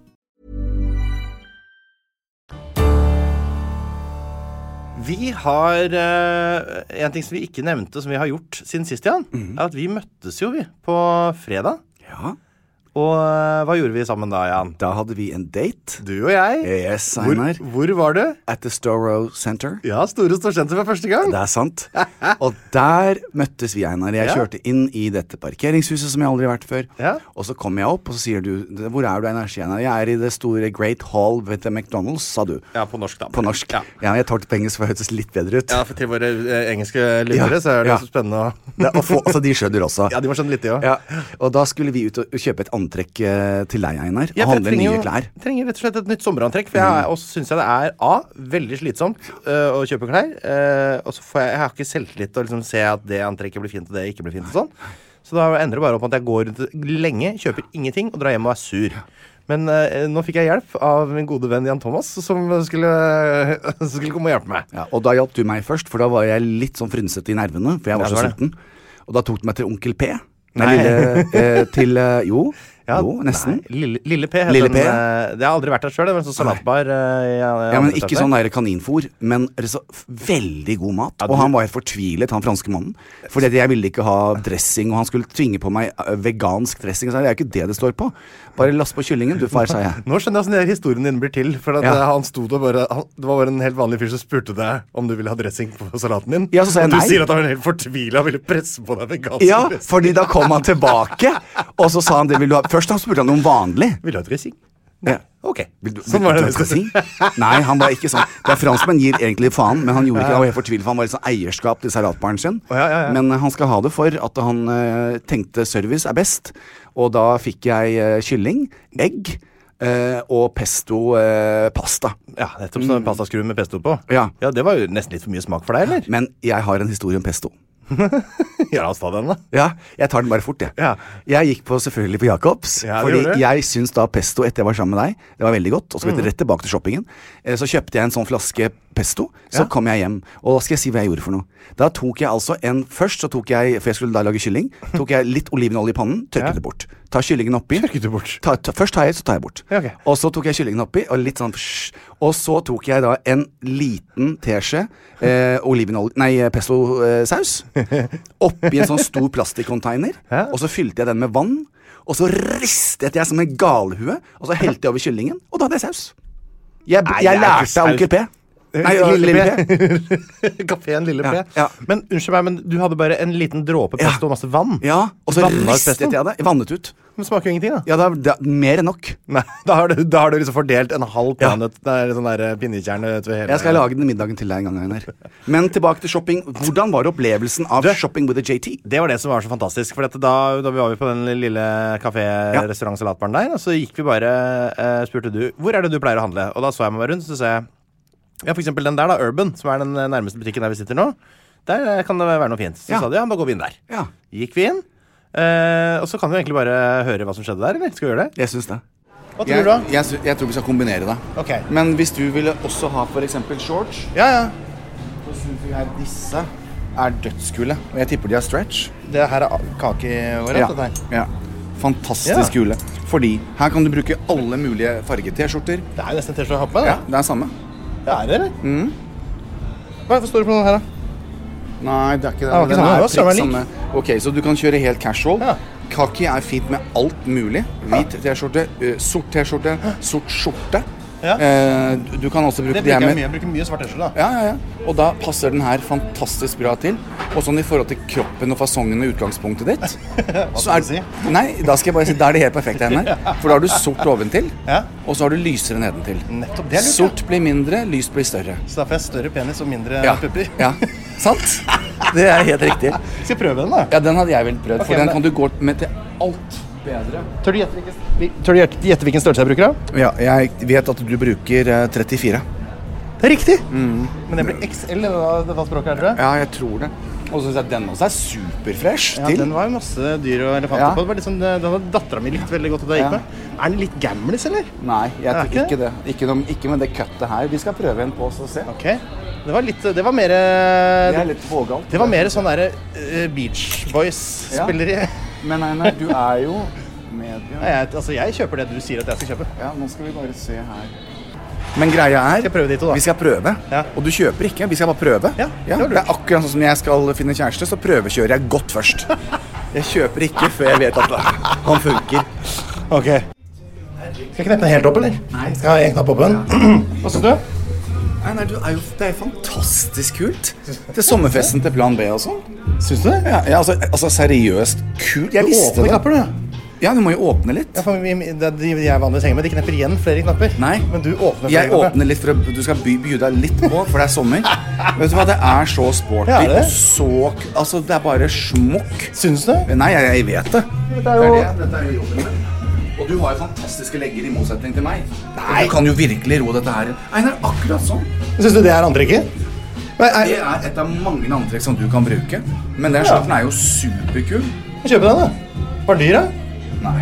Vi har eh, en ting som vi ikke nevnte, som vi har gjort siden sist, Jan.
Mhm.
Er at vi møttes jo, vi, på fredag.
Ja.
Og eh, hva gjorde vi sammen da, Jan?
Da hadde vi en date.
Du og jeg.
Yes,
Hvor,
Einar.
hvor var du?
At the Storo Center.
Ja, Store Storsenter for første gang.
Det er
[LAUGHS]
sant. Og der møttes vi, Einar. Jeg
Ja.
kjørte inn i dette parkeringshuset som jeg aldri har vært før.
Ja.
Og så kom jeg opp, og så sier du Hvor er du, Einar? sier jeg, Einar. Jeg er i det store Great Hall ved The McDonald's, sa du.
Ja, på norsk, da.
På norsk.
Ja.
Ja, jeg tar det på engelsk, for det høres litt bedre ut.
Ja, for til våre eh, engelske lyttere
Ja,
så er det
ja.
så spennende å
[LAUGHS] Det, og få, altså, de skjønner også.
Ja, de sånn. må skjønne litt, de òg.
Ja. Og da skulle vi ut og kjøpe et antrekk eh, til deg, Einar. Og handle nye klær. Mm.
trenger rett og slett et nytt sommerantrekk. For jeg, og så syns jeg det er A, veldig slitsomt eh, å kjøpe klær. eh, og så får jeg, jeg har ikke selvtillit til å liksom se at det antrekket blir fint, og det ikke blir fint. og sånn. Så da ender det bare opp med at jeg går rundt lenge, kjøper ingenting og drar hjem og er sur. Men eh, nå fikk jeg hjelp av min gode venn Jan Thomas, som skulle, som skulle [LAUGHS] komme og hjelpe meg.
Ja, og da hjalp du meg først, for da var jeg litt sånn frynsete i nervene, for jeg var
Ja,
så
det var
sulten. Og da tok du meg til Onkel P. Nei,
Nei.
lille, eh, til eh, Jo,
Ja,
jo, nesten.
Nei, Lille, Lille P. heter
Lille P?
den, eh, det har aldri vært der sjøl, men sånn salatbar. eh, i- i
Ja, men
andre
Ikke
etasje.
sånn der kaninfôr, men er det så f- veldig god mat. Og han var helt fortvilet, han franske mannen. Fordi at jeg ville ikke ha dressing, og han skulle tvinge på meg eh, vegansk dressing. Så jeg, det er jo ikke det det står på. Bare last på kyllingen, du far, sa
[LAUGHS]
jeg.
Nå skjønner jeg hvordan de historien din blir til. For at
Ja.
eh, han sto der bare han, Det var bare en helt vanlig fyr som spurte deg om du ville ha dressing på salaten din.
Ja, så sa jeg
og du
nei.
sier at han var helt fortvila og ville presse på deg vegansk
Ja,
dressing.
fordi da kom han tilbake, og så sa han det vil du ha. Først han spurte han om vanlig.
Vil du ha dressing?
Ja.
Ok.
Vil du,
Sånn
vil
var
du
det.
at jeg skal si? Nei, han var ikke sånn. Det er Franskmenn gir egentlig faen, men han gjorde ikke det. Han var helt fortvilet, for han var litt sånn eierskap til salatbaren sin.
ja, ja, ja.
Men eh, han skal ha det for at han eh, tenkte service er best. Og da fikk jeg eh, kylling, egg eh, og pesto eh, pasta.
Ja, nettopp sånn pastaskrue med pesto på.
Ja.
Det var jo nesten litt for mye smak for deg, eller?
Men jeg har en historie om pesto.
Ja, la oss ta den, da.
Ja, jeg tar den bare fort, jeg.
Ja.
Jeg gikk på selvfølgelig på Jacobs.
Ja, det
fordi
gjorde du. Mm.
jeg syns da pesto etter jeg var sammen med deg, det var veldig godt. Og så vet du, rett tilbake til shoppingen. Eh, Så kjøpte jeg en sånn flaske pesto. Så
Ja.
kom jeg hjem. Og da skal jeg si hva jeg gjorde for noe. Da tok jeg altså en Først så tok jeg, for jeg skulle da lage kylling, tok jeg litt olivenolje i pannen, tørket det bort. Ta kyllingen oppi.
Tørket det bort.
Ta, ta, først tar jeg, så tar jeg bort.
Ja, ok.
Og så tok jeg kyllingen oppi, og litt sånn psh, Og så tok jeg da en liten teskje eh, olivenolje Nei, pestosaus. Oppi en sånn stor
[LAUGHS]
plastikkonteiner. Og så fylte jeg den med vann. Og så ristet jeg som en galhue, og så helte jeg over kyllingen, og da hadde jeg saus. Jeg,
Nei, det er
jeg
ikke
lærte av
saus.
onkel
[LAUGHS]
P. Nei, Lille P.
Kafeen Lille P.
Ja, ja.
Men unnskyld meg, men du hadde bare en liten dråpe
Ja.
pesto og masse vann?
Ja, og så
Vannet
ristet
pestoen?
jeg det. Vannet ut.
Men smaker jo ingenting, da.
Ja, det er, det er mer enn nok.
Nei, da har, du, da har du liksom fordelt en halv
Ja.
planet Det er sånn der eh, pinnekjerne utover hele
Jeg skal lage den middagen til deg en gang, Einar. Men tilbake til shopping. Hvordan var opplevelsen av shopping with a JT?
Det var det som var så fantastisk. For dette, da, da vi var vi på den lille kafé-restaurant-salatbaren der, og så gikk vi bare eh, spurte du hvor er det du pleier å handle. Og da så jeg meg rundt, så sa jeg ja, for eksempel den der, da, Urban, som er den eh, nærmeste butikken der vi sitter nå. Der eh, kan det være noe fint. Så
Ja.
sa de ja, da går vi inn der.
Ja.
Gikk vi inn, eh, og så kan vi egentlig bare høre hva som skjedde der, eller? Skal vi gjøre det?
Jeg syns det.
Hva tror
Jeg,
du, da?
jeg, sy- jeg tror vi skal kombinere det.
Ok.
Men hvis du ville også ha f.eks. shorts,
Ja, ja.
så syns vi her disse er dødskule. Og jeg tipper de er stretch.
Det her er kake vår,
Ja. ja. Fantastisk
Ja.
hule. Fordi her kan du bruke alle mulige farge-T-skjorter.
Det er jo nesten en T-skjorte jeg har på meg.
Ja, Mm.
da.
det er samme.
Ja, er det eller? Hvorfor står det på den her, da?
Nei, det er ikke det.
var ikke
Den
samme.
er
Det var søren meg
prikk
lik.
samme. Ok, Så du kan kjøre helt casual.
Ja.
Kaki er fint med alt mulig. Hvit T-skjorte, ø, sort T-skjorte, sort skjorte.
Ja.
Eh, du- du kan også bruke
Det
de her
bruker
med
jeg mye. Jeg bruker mye svart T-skjorte. da.
Ja, ja, ja. Og da passer den her fantastisk bra til. Og sånn i forhold til kroppen og fasongen og utgangspunktet
[LAUGHS]
ditt. så
skal du
Nei, da skal jeg bare si da er det helt perfekt henne.
[LAUGHS]
For da har du sort oventil,
Ja.
og så har du lysere nedentil.
Nettopp, det er lurt,
Sort blir mindre, lyst blir større.
Så da får jeg større penis og mindre pupper.
ja. Sant? Det er helt riktig.
Skal jeg prøve den, da?
Ja, den hadde jeg vel prøvd,
Ok,
for den
men-
kan du gå med til alt bedre.
Tør du gjette hvilken- tør du gjette- gjette hvilken størrelse jeg bruker? da?
Ja, jeg vet at du bruker eh, 34.
Det er riktig! Men det blir XL i denne- dette språket her, tror jeg.
Ja, jeg tror det. Og så syns jeg denne også er superfresh
Ja,
til.
den var jo masse dyr og elefanter
Ja.
på. Det var liksom, det hadde dattera mi likt veldig godt. at jeg gikk
Ja.
med. Er den litt gamlis, eller?
Nei, jeg
Er
tror
ikke
ikke det. Ikke, noe- ikke med det kuttet her. Vi skal prøve en på oss og se.
Ok. Det var litt Det var mer
Det er
Det,
litt vågalt.
var mer sånn derre eh, Beach Boys-spilleri.
Men nei, nei, du er jo medie...
[LAUGHS] Nei, jeg- Altså, jeg kjøper det du sier at jeg skal kjøpe.
Ja, nå skal vi bare se her. Men greia er
Skal jeg prøve de to, da?
Vi skal prøve.
Ja.
Og du kjøper ikke. Vi skal bare prøve.
Ja, det var lurt.
det er akkurat sånn som jeg skal finne kjæreste, så prøvekjører jeg godt først. Jeg kjøper ikke før jeg vet at han funker.
Ok. Skal jeg kneppe den helt opp, eller? Nei. Skal jeg ha en knapp åpen? [CLEARS THROAT] Hva syns du?
Nei, nei, du er jo, Det er jo fantastisk kult. Til sommerfesten til Plan B og sånn. Syns du det? Ja, ja altså, altså seriøst kult. Jeg visste
Åpne
det.
knapper, du.
Ja, du må jo åpne litt.
Ja, for vi, det er de jeg vanligvis henger med, de knepper igjen flere knapper.
Nei.
Men du åpner flere
Jeg
knapper.
åpner litt for å, du skal by, by deg litt på, for det er
[LAUGHS]
sommer. Vet du hva, det er så sporty
Ja, det er det.
og så k- Altså, det er bare smokk.
Syns du?
Nei, jeg, jeg vet det.
Dette er jo
det. Dette er jo jobben min. Og du har jo fantastiske legger, i motsetning til meg. Nei. Du kan jo virkelig ro dette her. Einar, akkurat sånn.
Syns du det er antrekket?
Det
Nei, nei,
er et av mange antrekk som du kan bruke. Men den skjorten er jo superkul.
kjøp den, da. Var den dyr, da?
Nei.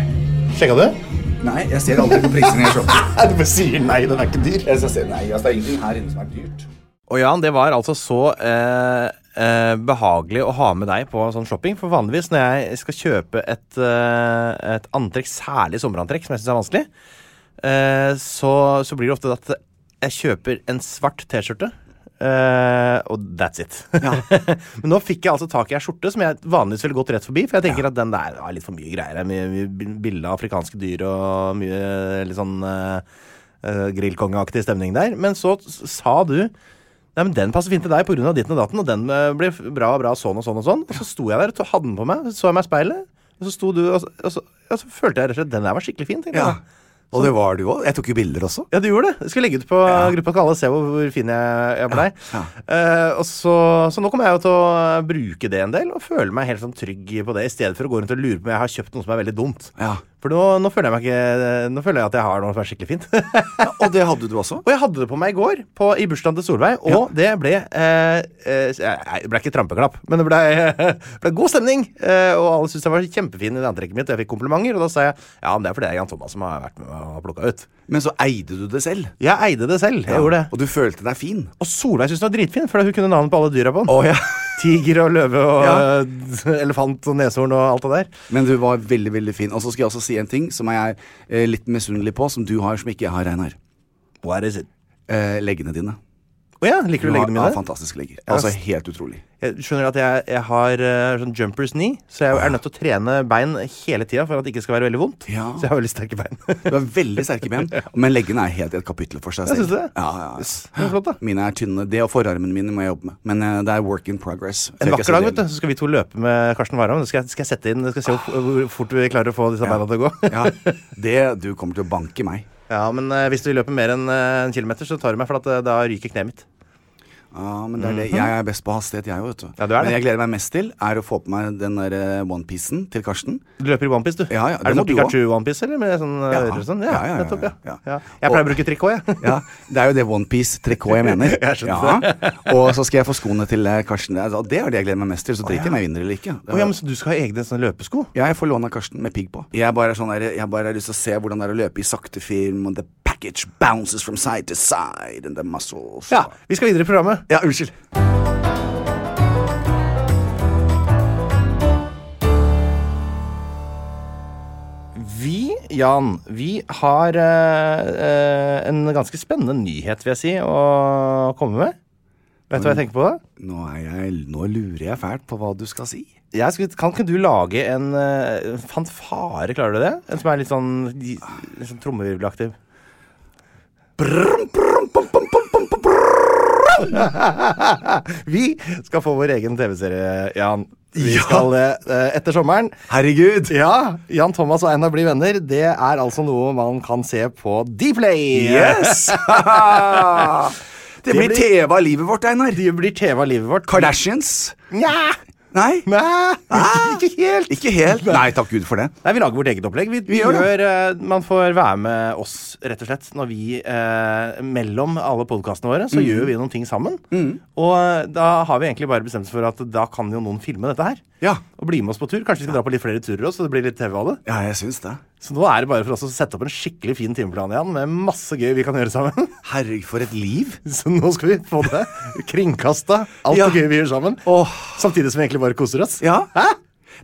Sjekka du?
Nei, jeg ser aldri på prisene i shopper.
Nei, [LAUGHS] du bare sier nei, den er ikke dyr.
Jeg skal se, nei, altså, det er ingenting her inne som er dyrt.
Og Jan, det var altså så eh, eh, behagelig å ha med deg på sånn shopping. For vanligvis når jeg skal kjøpe et, eh, et antrekk, særlig sommerantrekk, som jeg syns er vanskelig, eh, så, så blir det ofte at jeg kjøper en svart T-skjorte. eh, og that's it. [LAUGHS] Men nå fikk jeg altså tak i ei skjorte som jeg vanligvis ville gått rett forbi. For jeg tenker at den der er litt for mye greier. Det er Mye, mye bilde av afrikanske dyr og mye litt sånn eh, eh, grillkongeaktig stemning der. Men så s- sa du Nei, men Den passer fint til deg pga. ditten og datten, og den eh, blir f- bra og bra sånn og sånn. Og sånn. Og så sto jeg der og to- hadde den på meg, så jeg meg i speilet, og så sto du, og så, og så, og så følte jeg rett og slett den der var skikkelig fin. tenkte jeg.
Og det var du òg. Jeg tok jo bilder også.
Ja, du gjorde det. Jeg skal legge ut på gruppa, så kan alle se hvor, hvor fin jeg jeg er på deg. Eh, og så, så nå kommer jeg jo til å bruke det en del, og føle meg helt sånn trygg på det, i stedet for å gå rundt og lure på om jeg har kjøpt noe som er veldig dumt.
Ja.
For nå, nå føler jeg meg ikke Nå føler jeg at jeg har noe som er skikkelig fint. [LAUGHS]
Og det hadde du også.
Og jeg hadde det på meg i går, på, i bursdagen til Solveig, og det ble eh, eh, jeg- Det ble ikke trampeklapp, men det ble, [LAUGHS] ble god stemning. Eh, og alle syntes jeg var kjempefin i det antrekket mitt, og jeg fikk komplimenter. Og da sa jeg ja, men det er fordi det er Jan Thomas som har vært med og plukka ut.
Men så eide du det selv.
Jeg eide det selv. jeg gjorde det
Og du følte deg fin.
Og Solveig syntes den var dritfin, for hun kunne navnet på alle dyra på den.
Å, ja.
Tiger og løve og
Ja.
eh, [LAUGHS] elefant og neshorn og alt det der.
Men du var veldig, veldig fin. Og så skal jeg også si en ting som jeg er eh, litt misunnelig på, som du har, som ikke jeg har, Einar.
What is it?
Eh, leggene dine.
Å ja, liker du leggene
har-
mine?
Ja, fantastiske legger. Altså helt utrolig.
Jeg skjønner at jeg, jeg har eh, sånn jumpers knee, så jeg er nødt til å trene bein hele tida for at det ikke skal være veldig vondt.
Ja.
Så jeg har veldig sterke bein.
Du har veldig sterke ben,
[LAUGHS]
men leggene er helt i et kapittel for seg
Jeg
selv.
synes det.
Ja, ja,
Yes, det er flott, da.
Mine er tynne. Det og forarmene mine må jeg jobbe med. Men eh, det er work in progress. Så
[LAUGHS] En
jeg kan
vakker
si
dag
det.
vet du, så skal vi to løpe med Karsten Warholm. Skal, jeg- skal jeg sette inn, skal jeg se hvor, hvor fort vi klarer å få disse beina til å gå. [LAUGHS]
Ja, det, du kommer til å banke meg.
Ja, Men eh, hvis du løper mer enn eh, en kilometer, så tar du meg, for at, eh, da ryker kneet mitt.
Ja, men det er det. Jeg er best på hastighet, jeg òg, vet du.
Mhm. Ja, du er det.
Men jeg gleder meg mest til, er å få på meg den der eh, onepiecen til Karsten.
Du løper i onepiece, du.
Ja, ja, det
er det
må
sånn
du også.
Pikachu-onepiece, eller? Med sånn, eh,
Ja.
ører og sånn?
Ja, ja, ja,
nettopp, ja.
ja.
ja. Jeg pleier å bruke trikot, [LAUGHS] jeg.
Ja, Det er jo det onepiece-trikot [LAUGHS] jeg mener. ja. Og så skal jeg få skoene til eh, Karsten. Altså, Det er det jeg gleder meg mest til. Så driter jeg om jeg vinner eller ikke.
Å ja, men Så du skal ha egne sånne løpesko?
Ja, jeg får låne av Karsten med pigg på. Jeg bare, er sånn der, jeg bare har lyst til å se hvordan det er å løpe i sakte film, and the package bounces from side to side, and the muscles
Ja, Vi skal videre i programmet.
ja unnskyld.
Vi, Jan, vi har eh, eh, en ganske spennende nyhet, vil jeg si, å komme med. Vet du hva jeg tenker på? da?
Nå, er jeg, nå lurer jeg fælt på hva du skal si.
Jeg skulle, kan ikke du lage en eh, fanfare, klarer du det? En som er litt sånn, litt sånn trommevirvelaktig. Vi skal få vår egen TV-serie, Jan. Vi skal det eh, etter sommeren.
Herregud!
Ja, Jan Thomas og Einar blir venner. Det er altså noe man kan se på Dplay.
[LAUGHS]
Yes! det blir TV av livet vårt, Einar.
Det blir TV av livet vårt.
Kardashians.
Nja,
Nei?
Nei, ikke helt.
Ikke helt. Nei, takk Gud for det.
Nei, Vi lager vårt eget opplegg. Vi,
gjør det.
gjør, eh, Man får være med oss, rett og slett. Når vi eh, Mellom alle podkastene våre, så gjør vi noen ting sammen. Og eh, da har vi egentlig bare bestemt oss for at da kan jo noen filme dette her.
Ja.
Og bli med oss på tur. Kanskje vi skal dra på litt flere turer også, så det blir litt TV av det.
Ja, jeg syns det.
Så nå er det bare for oss å sette opp en skikkelig fin timeplan igjen, med masse gøy vi kan gjøre sammen. [LAUGHS]
Herregud, for et liv.
Så nå skal vi få det kringkasta, alt
Ja.
det gøy vi gjør sammen.
Åh.
Samtidig som vi egentlig bare koser oss.
Ja.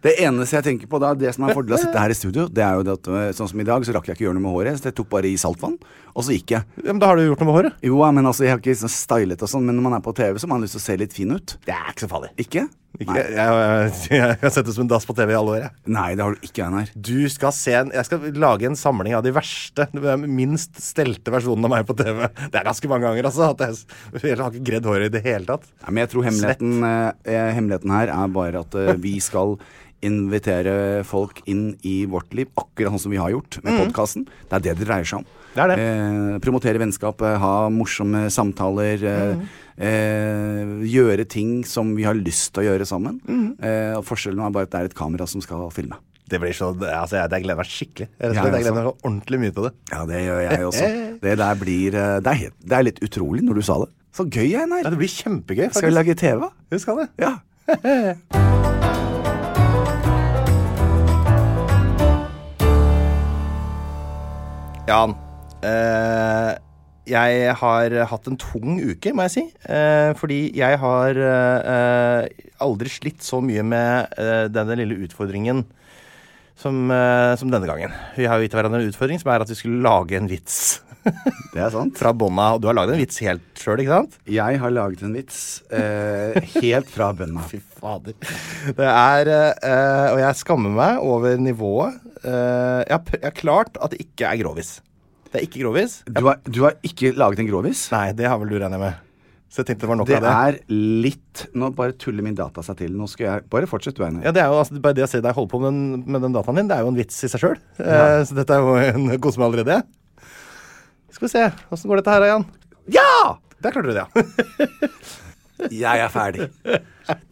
Det eneste jeg tenker på da, det som er fordelen av å sitte her i studio, det er jo det at øh, sånn som i dag, så rakk jeg ikke gjøre noe med håret, så jeg tok bare i saltvann, og så gikk jeg.
Ja, men da har du gjort noe med håret.
Jo, ja, men altså, jeg har ikke sånn stylet og sånn, men når man er på TV, så har man lyst til å se litt fin ut.
Det er ikke så farlig.
Ikke?
Ikke, jeg, jeg, jeg har sett det som en dass på TV i alle år. Jeg.
Nei, det har du ikke, Einar.
Du skal se en, jeg skal lage en samling av de verste, minst stelte versjonene av meg på TV. Det er ganske mange ganger, altså. At jeg, s- [LAUGHS] jeg har ikke gredd håret i det hele tatt.
Nei, men jeg tror hemmeligheten, eh, eh, hemmeligheten her er bare at eh, vi skal invitere folk inn i vårt liv, akkurat sånn som vi har gjort med podkasten. Det er det det dreier seg om.
Mm. Det er det.
Eh, promotere vennskap, eh, ha morsomme samtaler. Eh,
Mm.
eh, gjøre ting som vi har lyst til å gjøre sammen.
Mm.
Eh, og Forskjellen er bare at det er et kamera som skal filme.
Det blir så, det- altså, jeg, jeg gleder meg skikkelig. Jeg, rett
Ja,
og slett, jeg
altså.
gleder meg så ordentlig mye til det.
Ja, det gjør jeg også.
[LAUGHS]
Det der blir eh, det, er helt, det er litt utrolig når du sa det. Så gøy,
Ja,
Einar.
det blir kjempegøy.
Skal vi
faktisk.
lage TV?
Vi skal det.
Ja.
Jan, eh, jeg har hatt en tung uke, må jeg si. Eh, fordi jeg har eh, aldri slitt så mye med eh, denne lille utfordringen som, eh, som denne gangen. Vi har jo gitt hverandre en utfordring som er at vi skulle lage en vits
Det er sant.
fra bånda. Og du har lagd en vits helt sjøl, ikke sant?
Jeg har laget en vits eh, helt fra bønna.
Fy fader. Det er eh, Og jeg skammer meg over nivået. Eh, jeg, har pr- jeg har klart at det ikke er grovis. Det er ikke grovis.
Du har, du har ikke laget en grovis?
Nei, det har vel du regna med. Så jeg tenkte det var nok
Det
av det.
er litt Nå bare tuller min data seg til. Nå skal jeg Bare fortsett, du, Einar.
Ja, det er jo altså, Bare det å se deg holde på med den, med den dataen din, det er jo en vits i seg sjøl. Eh, så dette er jo en kose meg allerede. Skal vi se. Åssen går dette her, Jan? Ja! Der klarte du det, ja.
[LAUGHS] Jeg er ferdig.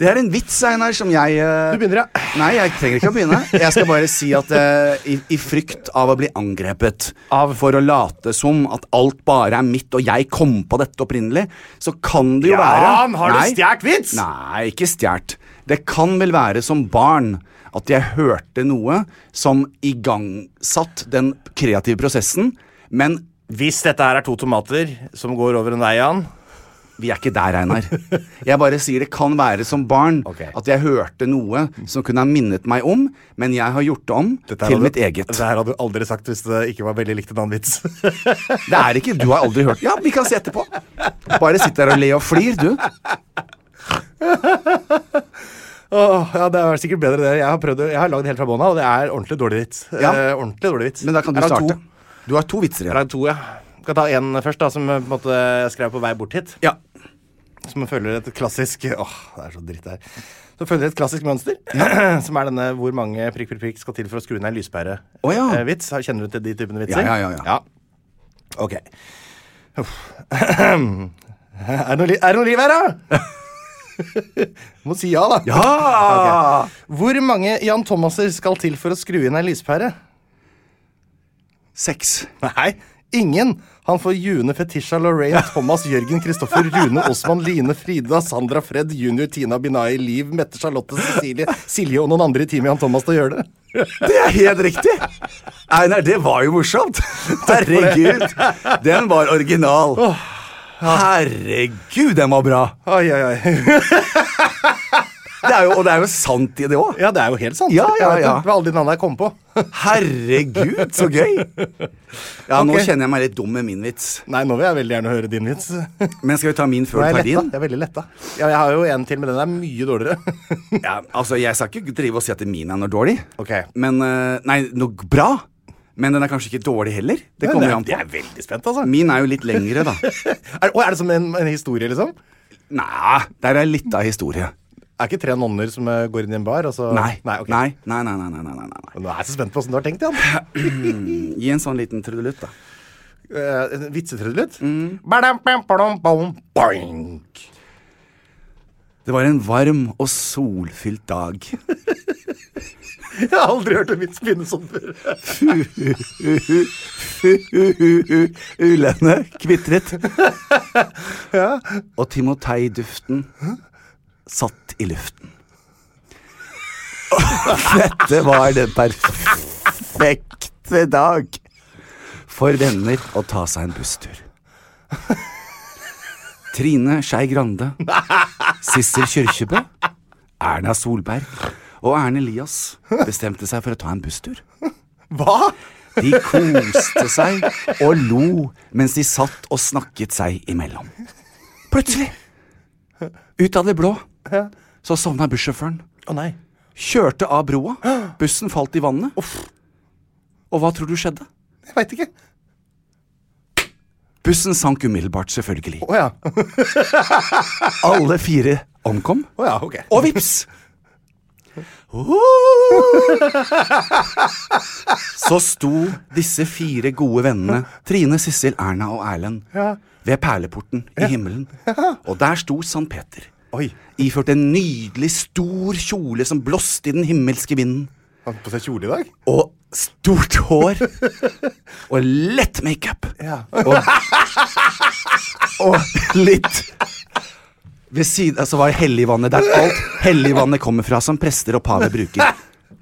Det er en vits, Einar, som jeg eh,
Du begynner, ja.
Nei, jeg trenger ikke å begynne. Jeg skal bare si at eh, i, i frykt av å bli angrepet, av for å late som at alt bare er mitt, og jeg kom på dette opprinnelig, så kan det jo være
Jan, har du
Nei.
stjert vits?
Nei, ikke stjålet. Det kan vel være som barn at jeg hørte noe som igangsatt den kreative prosessen, men
Hvis dette her er to tomater som går over en vei, Jan
vi er ikke der, Einar. Jeg bare sier det kan være som barn
Ok.
at jeg hørte noe som kunne ha minnet meg om, men jeg har gjort det om
Dette her
til
hadde-
mitt eget.
Dette her hadde du aldri sagt hvis det ikke var veldig likt en annen vits.
Det er ikke, Du har aldri hørt Ja, vi kan se etterpå. Bare sitt der og le og flir, du.
[LAUGHS] Åh, ja, Det er sikkert bedre, det. Jeg har, prøvd, å- jeg har lagd helt fra bånn av, og det er ordentlig dårlig vits.
Ja.
Eh, ordentlig dårlig vits.
Men da kan du
Jeg har
starte.
to.
Du har to vitser
Jeg har
igjen.
lagd to, ja. Skal ta én først, da, som eh, på en måte, jeg skrev på vei bort hit.
Ja.
som følger et klassisk Åh, det er så dritt det her. Som følger et klassisk mønster, [CLEARS THROAT] som er denne 'hvor mange prikk, prikk, prikk skal til for å skru ned en lyspære'-vits.
Å ja.
Kjenner du til de typene vitser?
Ja, ja, ja, ja.
Ok. Uff. [CLEARS THROAT] er, det noe li er det noe liv her, da? [LAUGHS] Må si ja, da.
Ja!
Hvor mange Jan Thomaser skal til for å skru inn ei lyspære?
Seks.
Nei, ingen. Han får June, Fetisha, Lorraine, Thomas, Jørgen, Kristoffer, Rune, Osman, Line, Frida, Sandra, Fred, Junior, Tina, Binai, Liv, Mette, Charlotte, Cecilie, Silje og noen andre i teamet Jan Thomas til å gjøre det.
Det er helt riktig! Einar, det var jo morsomt. Herregud. Den var original. Herregud, den var bra.
Oi, oi, oi.
Det er jo, og det er jo sant i det òg.
Ja, det er jo helt sant.
Ja, ja,
Jeg vet
ja.
ikke Hva alle de navnene jeg kom på.
Herregud, så gøy! Ja, nå
Ok.
kjenner jeg meg litt dum med min vits.
Nei, nå vil jeg veldig gjerne høre din vits.
Men skal vi ta min før
Nå er
du
[LAUGHS] jeg
tar din?
letta. Jeg er veldig letta. Ja, jeg har jo en til, men den er mye dårligere.
Ja, altså, jeg skal ikke drive og si at min er noe dårlig.
Ok.
Men eh, Nei, noe bra. Men den er kanskje ikke dårlig heller.
[LAUGHS]
Det kommer jo an på.
Jeg er veldig spent, altså. [LAUGHS]
Min er jo litt lengre, da.
Er, å, er det som en, en historie, liksom?
Nei, der er litt av historie.
Er ikke tre nonner som eh, går inn i en bar, og så
Nei. Nei,
Nei, ok.
nei, nei, nei, nei, nei, nei, nei.
Nå er jeg så spent på åssen du har tenkt,
[LAUGHS]
Jan.
Gi en sånn liten trudelutt, da.
Uh, Vitsetrudelutt?
Mm.
Badam, bam, badam, bam, boink.
Det var en varm og solfylt dag.
[LAUGHS] Jeg har aldri hørt en vits begynne sånn før.
Ulene
[LAUGHS]
kvitret. Og Timotei-duften satt i luften. Dette var den perfekte dag for venner å ta seg en busstur. Trine Skei Grande, Sissel Kyrkjebø, Erna Solberg og Erne Elias bestemte seg for å ta en busstur.
Hva?
De koste seg og lo mens de satt og snakket seg imellom. Plutselig, ut av det blå, så sovna bussjåføren.
Å nei.
Kjørte av broa. Bussen falt i vannet. Og hva tror du skjedde?
Jeg veit ikke.
Bussen sank umiddelbart, selvfølgelig.
Å ja. Å
Alle fire omkom.
ja, ok.
Og vips! [LAUGHS] Så sto disse fire gode vennene, Trine, Sissel, Erna og Erlend, ved perleporten i himmelen. Og der sto Sankt Peter,
Oi.
iført en nydelig, stor kjole som blåste i den himmelske vinden,
Han har på seg kjole i dag?
og stort hår, og lett makeup, og, og litt ved siden, altså var helligvannet der alt helligvannet kommer fra, som prester og pave bruker.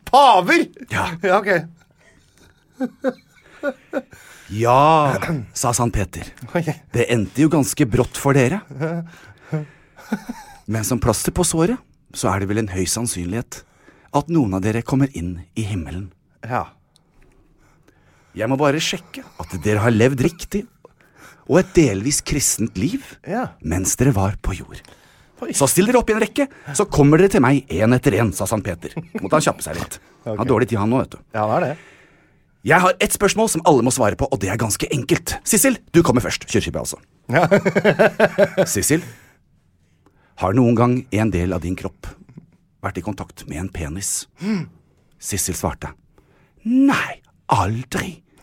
Paver!
Ja.
ja ok.
Ja, sa Sankt Peter. Det endte jo ganske brått for dere. Men som plaster på såret, så er det vel en høy sannsynlighet at noen av dere kommer inn i himmelen.
Ja.
Jeg må bare sjekke at dere har levd riktig og et delvis kristent liv
Ja.
mens dere var på jord. Så still dere opp i en rekke, så kommer dere til meg én etter én, sa Sankt Peter. Måtte han kjappe seg litt. Han har dårlig tid, han nå, vet du.
Ja, han er det.
Jeg har ett spørsmål som alle må svare på, og det er ganske enkelt. Sissel, du kommer først. Kyrkjebø, altså. [LAUGHS]
[LAUGHS]
Sissel, har noen gang en del av din kropp vært i kontakt med en penis?
Hmm.
Sissel svarte. Nei, aldri.
[LAUGHS]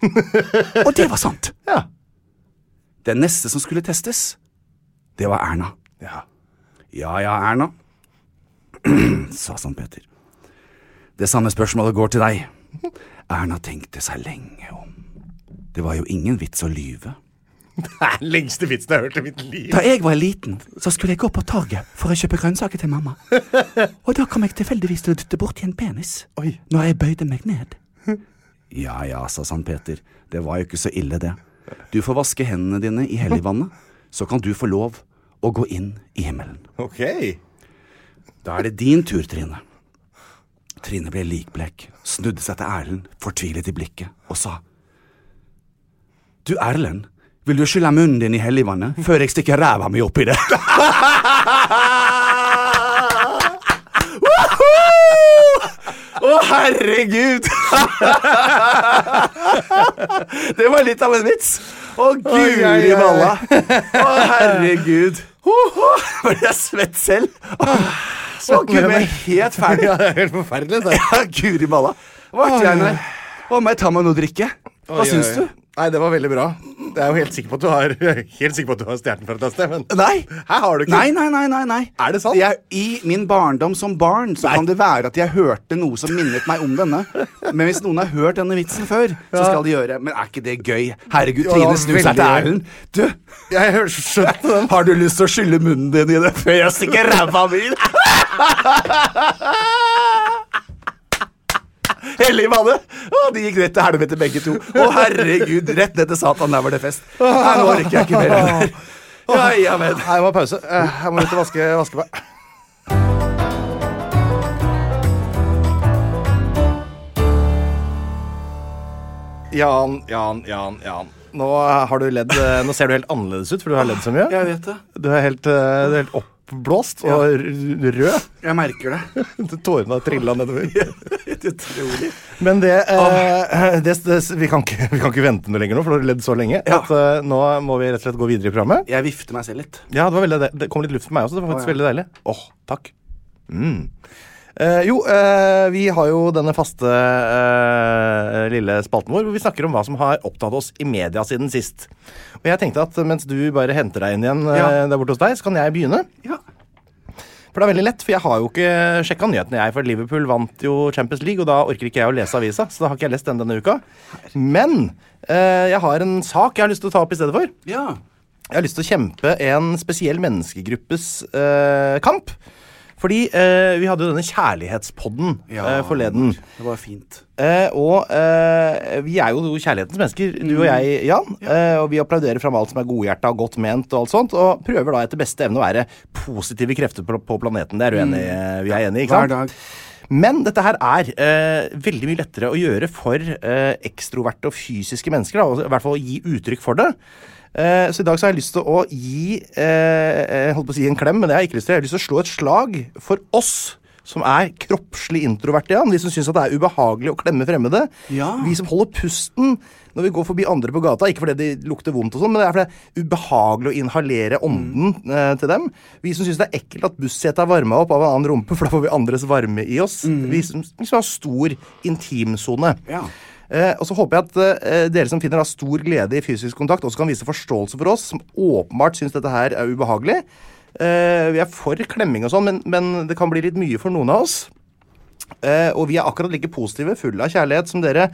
Og det var sant.
Ja.
Den neste som skulle testes, det var Erna.
Ja.
Ja ja, Erna, [CLEARS THROAT] sa Sankt Peter. Det samme spørsmålet går til deg. Erna tenkte seg lenge om. Det var jo ingen vits å lyve.
Det er den lengste vitsen jeg har hørt i mitt liv.
Da jeg var liten, så skulle jeg gå på torget for å kjøpe grønnsaker til
[LAUGHS]
mamma. Og da kom jeg tilfeldigvis til å dytte borti en penis
Oi.
når jeg bøyde meg
[LAUGHS]
ned. Ja ja, sa Sankt Peter, det var jo ikke så ille, det. Du får vaske hendene dine i helligvannet, så kan du få lov å gå inn i himmelen.
Ok.
Da er det din tur, Trine. Trine ble likblek, snudde seg til Erlend, fortvilet i blikket, og sa Du, Erlend, vil du skylle munnen din i helligvannet før jeg stikker ræva mi oppi det? [LAUGHS] Å, herregud! [LAUGHS] det var litt av en vits. Å, guri
ai, ai.
malla. Å, herregud. Ble jeg svett selv? Å, gud, jeg er helt
[LAUGHS]
ferdig.
[LAUGHS] Ja, det er helt forferdelig. Så.
Ja, guri malla. Hva ble jeg med? Å, må jeg ta meg noe å drikke? Hva syns du?
Nei, det var veldig bra. Jeg er jo helt sikker på at du har [LAUGHS] jeg er helt sikker på at du har stjålet den fra et sted, men
Nei.
Her har du ikke.
Nei, nei, nei, nei, nei.
Er det sant?
Jeg, I min barndom som barn så kan det være at jeg hørte noe som minnet meg om denne. Men hvis noen har hørt denne vitsen før, så skal de gjøre Men er ikke det gøy? Herregud,
Ja, det var
Trine snur seg til
veldig
Erlend. Du,
Jeg hørte skjønte den.
har du lyst til å skylle munnen din i det før jeg stikker ræva mi i det? Hellig manne! Å, de gikk rett til helvete, begge to. Å, herregud, rett ned til Satan. Der var det fest. Nei, nå orker jeg ikke mer. Ja, ja, men.
Nei, jeg må ha pause. Eh, Jeg må ut og vaske, vaske meg. Jan, Jan, Jan, Jan. Nå, har du ledd, eh, nå ser du helt annerledes ut, for du har ledd så mye.
Jeg vet det.
Du er helt, eh, du er helt oppblåst og r- rød. [LAUGHS]
Jeg merker det.
Tårene har trilla nedover.
Utrolig.
Men det, eh, det, det vi, kan ikke, vi kan ikke vente noe lenger nå, for du har ledd så lenge.
Ja.
At, eh, nå må vi rett og slett gå videre i programmet.
Jeg vifter meg selv litt.
Ja, Det var veldig, de- det kom litt luft for meg også. Det var faktisk veldig deilig. Åh, takk. Mm. Eh, jo, eh, vi har jo denne faste eh, lille spalten vår hvor vi snakker om hva som har opptatt oss i media siden sist. Og jeg tenkte at mens du bare henter deg inn igjen eh,
Ja.
der borte hos deg, så kan jeg begynne.
Ja.
For det er veldig lett, for jeg har jo ikke sjekka nyhetene, jeg. For Liverpool vant jo Champions League, og da orker ikke jeg å lese avisa. Så da har ikke jeg lest den denne uka. Men eh, jeg har en sak jeg har lyst til å ta opp i stedet for.
ja.
Jeg har lyst til å kjempe en spesiell menneskegruppes eh, kamp. Fordi eh, vi hadde jo denne kjærlighetspodden eh, forleden.
Det var fint.
Eh, og eh, vi er jo kjærlighetens mennesker, du og jeg,
Mm.
Jan. Eh, og vi applauderer fram alt som er godhjerta og godt ment, og alt sånt, og prøver da etter beste evne å være positive krefter på, på planeten. Det er du enig i? Vi er enige, ikke
Mm. Hver
sant?
dag.
Men dette her er eh, veldig mye lettere å gjøre for eh, ekstroverte og fysiske mennesker. Da, og I hvert fall gi uttrykk for det. Eh, så i dag så har jeg lyst til å gi eh, Jeg holdt på å si en klem, men det har jeg ikke lyst til. Jeg har lyst til å slå et slag for oss. Som er kroppslig introverte, Jan. De som syns det er ubehagelig å klemme fremmede.
Ja.
Vi som holder pusten når vi går forbi andre på gata. Ikke fordi det lukter vondt, og sånn, men det er fordi det er ubehagelig å inhalere ånden eh, til dem. Vi som syns det er ekkelt at bussetet er varma opp av en annen rumpe, for da får vi andres varme i oss. Vi som, vi som har stor intimsone.
Ja.
Eh, og så håper jeg at eh, dere som finner da, stor glede i fysisk kontakt, også kan vise forståelse for oss, som åpenbart syns dette her er ubehagelig. Eh, vi er for klemming og sånn, men, men det kan bli litt mye for noen av oss. Eh, og vi er akkurat like positive, fulle av kjærlighet som dere,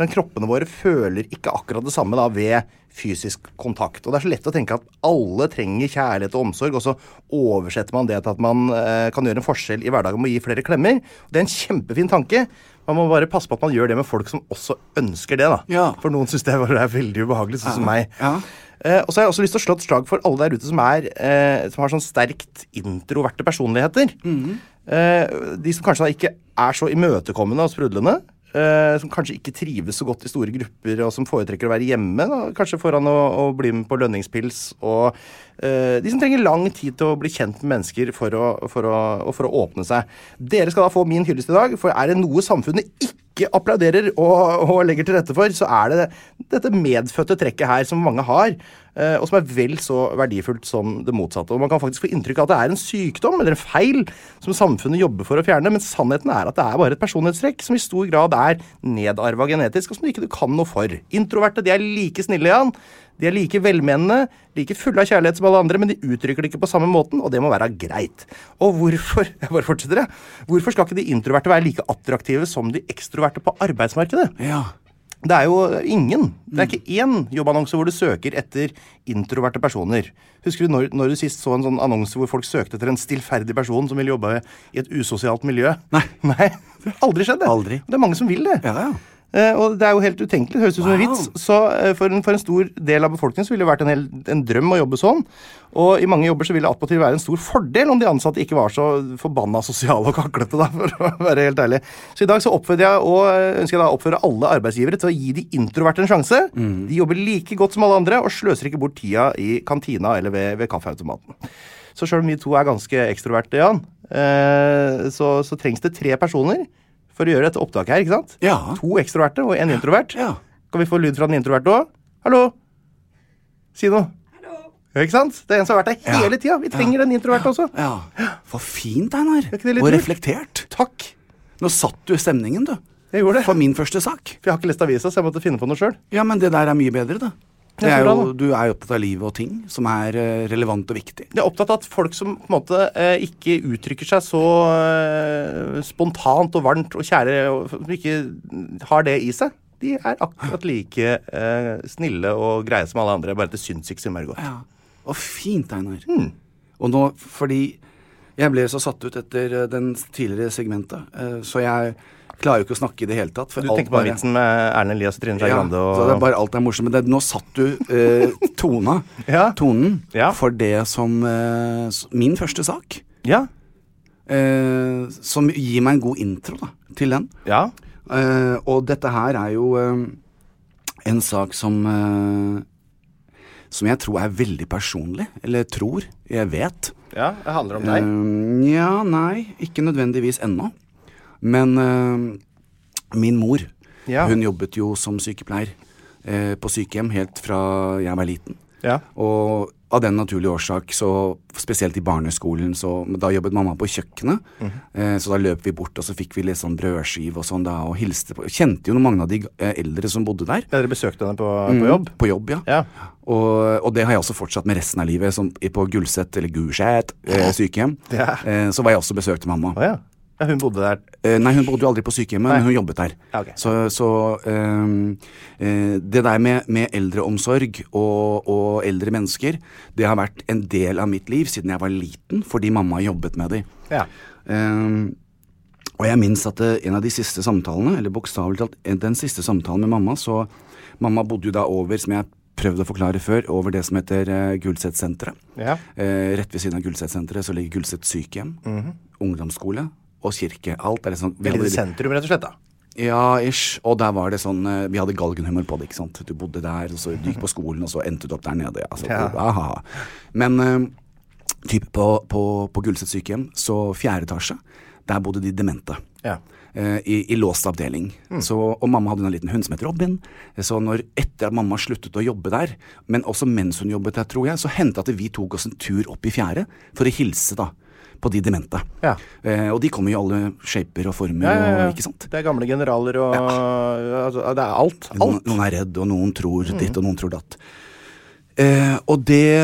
men kroppene våre føler ikke akkurat det samme da ved fysisk kontakt. Og det er så lett å tenke at alle trenger kjærlighet og omsorg, og så oversetter man det til at man eh, kan gjøre en forskjell i hverdagen med å gi flere klemmer. Det er en kjempefin tanke. Man må bare passe på at man gjør det med folk som også ønsker det. da.
Ja.
For noen syns det bare er veldig ubehagelig, sånn som meg.
Ja.
Eh, og så har jeg også lyst til å slå et slag for alle der ute som, er, eh, som har sånn sterkt introverte personligheter.
Mhm.
Eh, de som kanskje da ikke er så imøtekommende og sprudlende. eh, som kanskje ikke trives så godt i store grupper, og som foretrekker å være hjemme. Da, kanskje foran å, å bli med på lønningspils. Og eh, de som trenger lang tid til å bli kjent med mennesker for å, for å, og for å åpne seg. Dere skal da få min hyllest i dag, for er det noe samfunnet ikke ikke applauderer og, og legger til rette for, så er det dette medfødte trekket her som mange har, eh, og som er vel så verdifullt som det motsatte. Og Man kan faktisk få inntrykk av at det er en sykdom eller en feil som samfunnet jobber for å fjerne, men sannheten er at det er bare et personlighetstrekk som i stor grad er nedarva genetisk, og som ikke du kan noe for. Introverte de er like snille, Jan. De er like velmenende, like fulle av kjærlighet som alle andre, men de uttrykker det ikke på samme måten, og det må være greit. Og hvorfor [LAUGHS] jeg bare fortsetter jeg, hvorfor skal ikke de introverte være like attraktive som de ekstroverte på arbeidsmarkedet?
Ja.
Det er jo ingen.
Mm.
Det er ikke én jobbannonse hvor du søker etter introverte personer. Husker du når, når du sist så en sånn annonse hvor folk søkte etter en stillferdig person som ville jobbe i et usosialt miljø?
Nei.
[LAUGHS] Nei, Det har aldri skjedd, det.
Aldri.
Det er mange som vil det.
Ja, ja.
Eh, og det er jo helt utenkelig. Det høres ut som en
Wow.
vits. Så eh, for, en, for en stor del av befolkningen så ville det vært en, hel, en drøm å jobbe sånn. Og i mange jobber så ville det attpåtil være en stor fordel om de ansatte ikke var så forbanna sosiale og kaklete, da, for å være helt ærlig. Så i dag så oppfordrer jeg og eh, ønsker jeg da å oppfordre alle arbeidsgivere til å gi de introverte en sjanse.
Mm.
De jobber like godt som alle andre og sløser ikke bort tida i kantina eller ved, ved kaffeautomaten. Så sjøl om vi to er ganske ekstroverte, Jan, eh, så, så trengs det tre personer for å gjøre dette opptaket her, ikke sant?
Ja.
To ekstroverte og en introvert.
Ja.
Kan vi få lyd fra den introverte òg? Hallo? Si noe. Ja, Ikke sant? Det er en som har vært der hele tida. Vi trenger den introverte også.
ja. For fint, Einar.
ikke det litt
Og
lurt?
reflektert.
Takk.
Nå satt du i stemningen, du.
Jeg gjorde det.
For min første sak.
For jeg har ikke lest avisa, så jeg måtte finne på noe sjøl.
Ja, men det der er mye bedre, da. Det
Ja, så
er
bra,
jo,
da.
du er jo opptatt av livet og ting som er eh, relevant og viktig.
Jeg er opptatt av at folk som på en måte eh, ikke uttrykker seg så eh, spontant og varmt og kjære, og som ikke har det i seg, de er akkurat like eh, snille og greie som alle andre, bare at det syns ikke så innmari godt.
Ja. Og fint, Einar.
Hmm.
Og nå, fordi jeg ble så satt ut etter eh, den tidligere segmentet, eh, så jeg klarer jo ikke å snakke i det hele tatt. For
Du tenker på vitsen med Erlend Elias og Trine Skei
Ja,
Grande og
så det er bare alt er morsomt. Men det, nå satt du eh, tona,
[LAUGHS] Ja.
tonen
Ja.
for det som eh, s- min første sak.
Ja.
eh, som gir meg en god intro da, til den.
Ja.
Eh, og dette her er jo eh, en sak som eh, Som jeg tror er veldig personlig. Eller tror. Jeg vet.
Ja, det handler om deg.
Eh, ja, nei. Ikke nødvendigvis ennå. Men eh, min mor,
Ja.
hun jobbet jo som sykepleier eh, på sykehjem helt fra jeg var liten.
Ja.
Og av den naturlige årsak, så spesielt i barneskolen, så men Da jobbet mamma på kjøkkenet,
Mhm.
eh, så da løp vi bort, og så fikk vi litt sånn brødskive og sånn da, og hilste på Kjente jo mange av de eh, eldre som bodde der.
Ja, Dere besøkte henne på, på jobb?
På jobb, Mm. ja.
Ja.
Og, og det har jeg også fortsatt med resten av livet. Som i- på Gulset, eller Gulset eh, sykehjem.
Ja.
Eh, så var jeg også og besøkte mamma.
Å ja. ja. Hun bodde der.
Eh, nei, hun bodde jo aldri på sykehjemmet, men hun jobbet der.
Ja, ok.
Så, så ehm, eh, det der med, med eldreomsorg og, og eldre mennesker, det har vært en del av mitt liv siden jeg var liten, fordi mamma jobbet med dem.
Ja.
Ehm, og jeg minnes at eh, en av de siste samtalene, eller bokstavelig talt eh, den siste samtalen med mamma, så Mamma bodde jo da over, som jeg prøvde å forklare før, over det som heter uh, Gulset-senteret.
Ja.
Eh, rett ved siden av Gulset-senteret så ligger Gulset sykehjem,
Mhm.
ungdomsskole og kirke. Alt er liksom vi
Veldig
hadde-
i sentrum, rett og slett. da
ja, ish. Og der var det sånn eh, Vi hadde galgenhumor på det, ikke sant. Du bodde der, og så du gikk på skolen, og så endte du opp der nede. Altså,
Ja.
aha. Men eh, typ på, på, på Gulset sykehjem, så fjerde etasje, der bodde de demente.
Ja. Mm.
Eh, I, I låst avdeling. Så, og mamma hadde en liten hund som het Robin. Eh, Så når, etter at mamma sluttet å jobbe der, men også mens hun jobbet der, tror jeg, så hendte det at vi tok oss en tur opp i fjerde for å hilse da på de demente.
Ja.
Eh, og de kommer jo i alle shaper og former,
Ja, ja, ja.
Og, ikke sant.
Det er gamle generaler og altså, Det er alt.
Noen,
Alt. Mm.
noen er redd, og noen tror ditt, og noen tror datt. Eh, og det,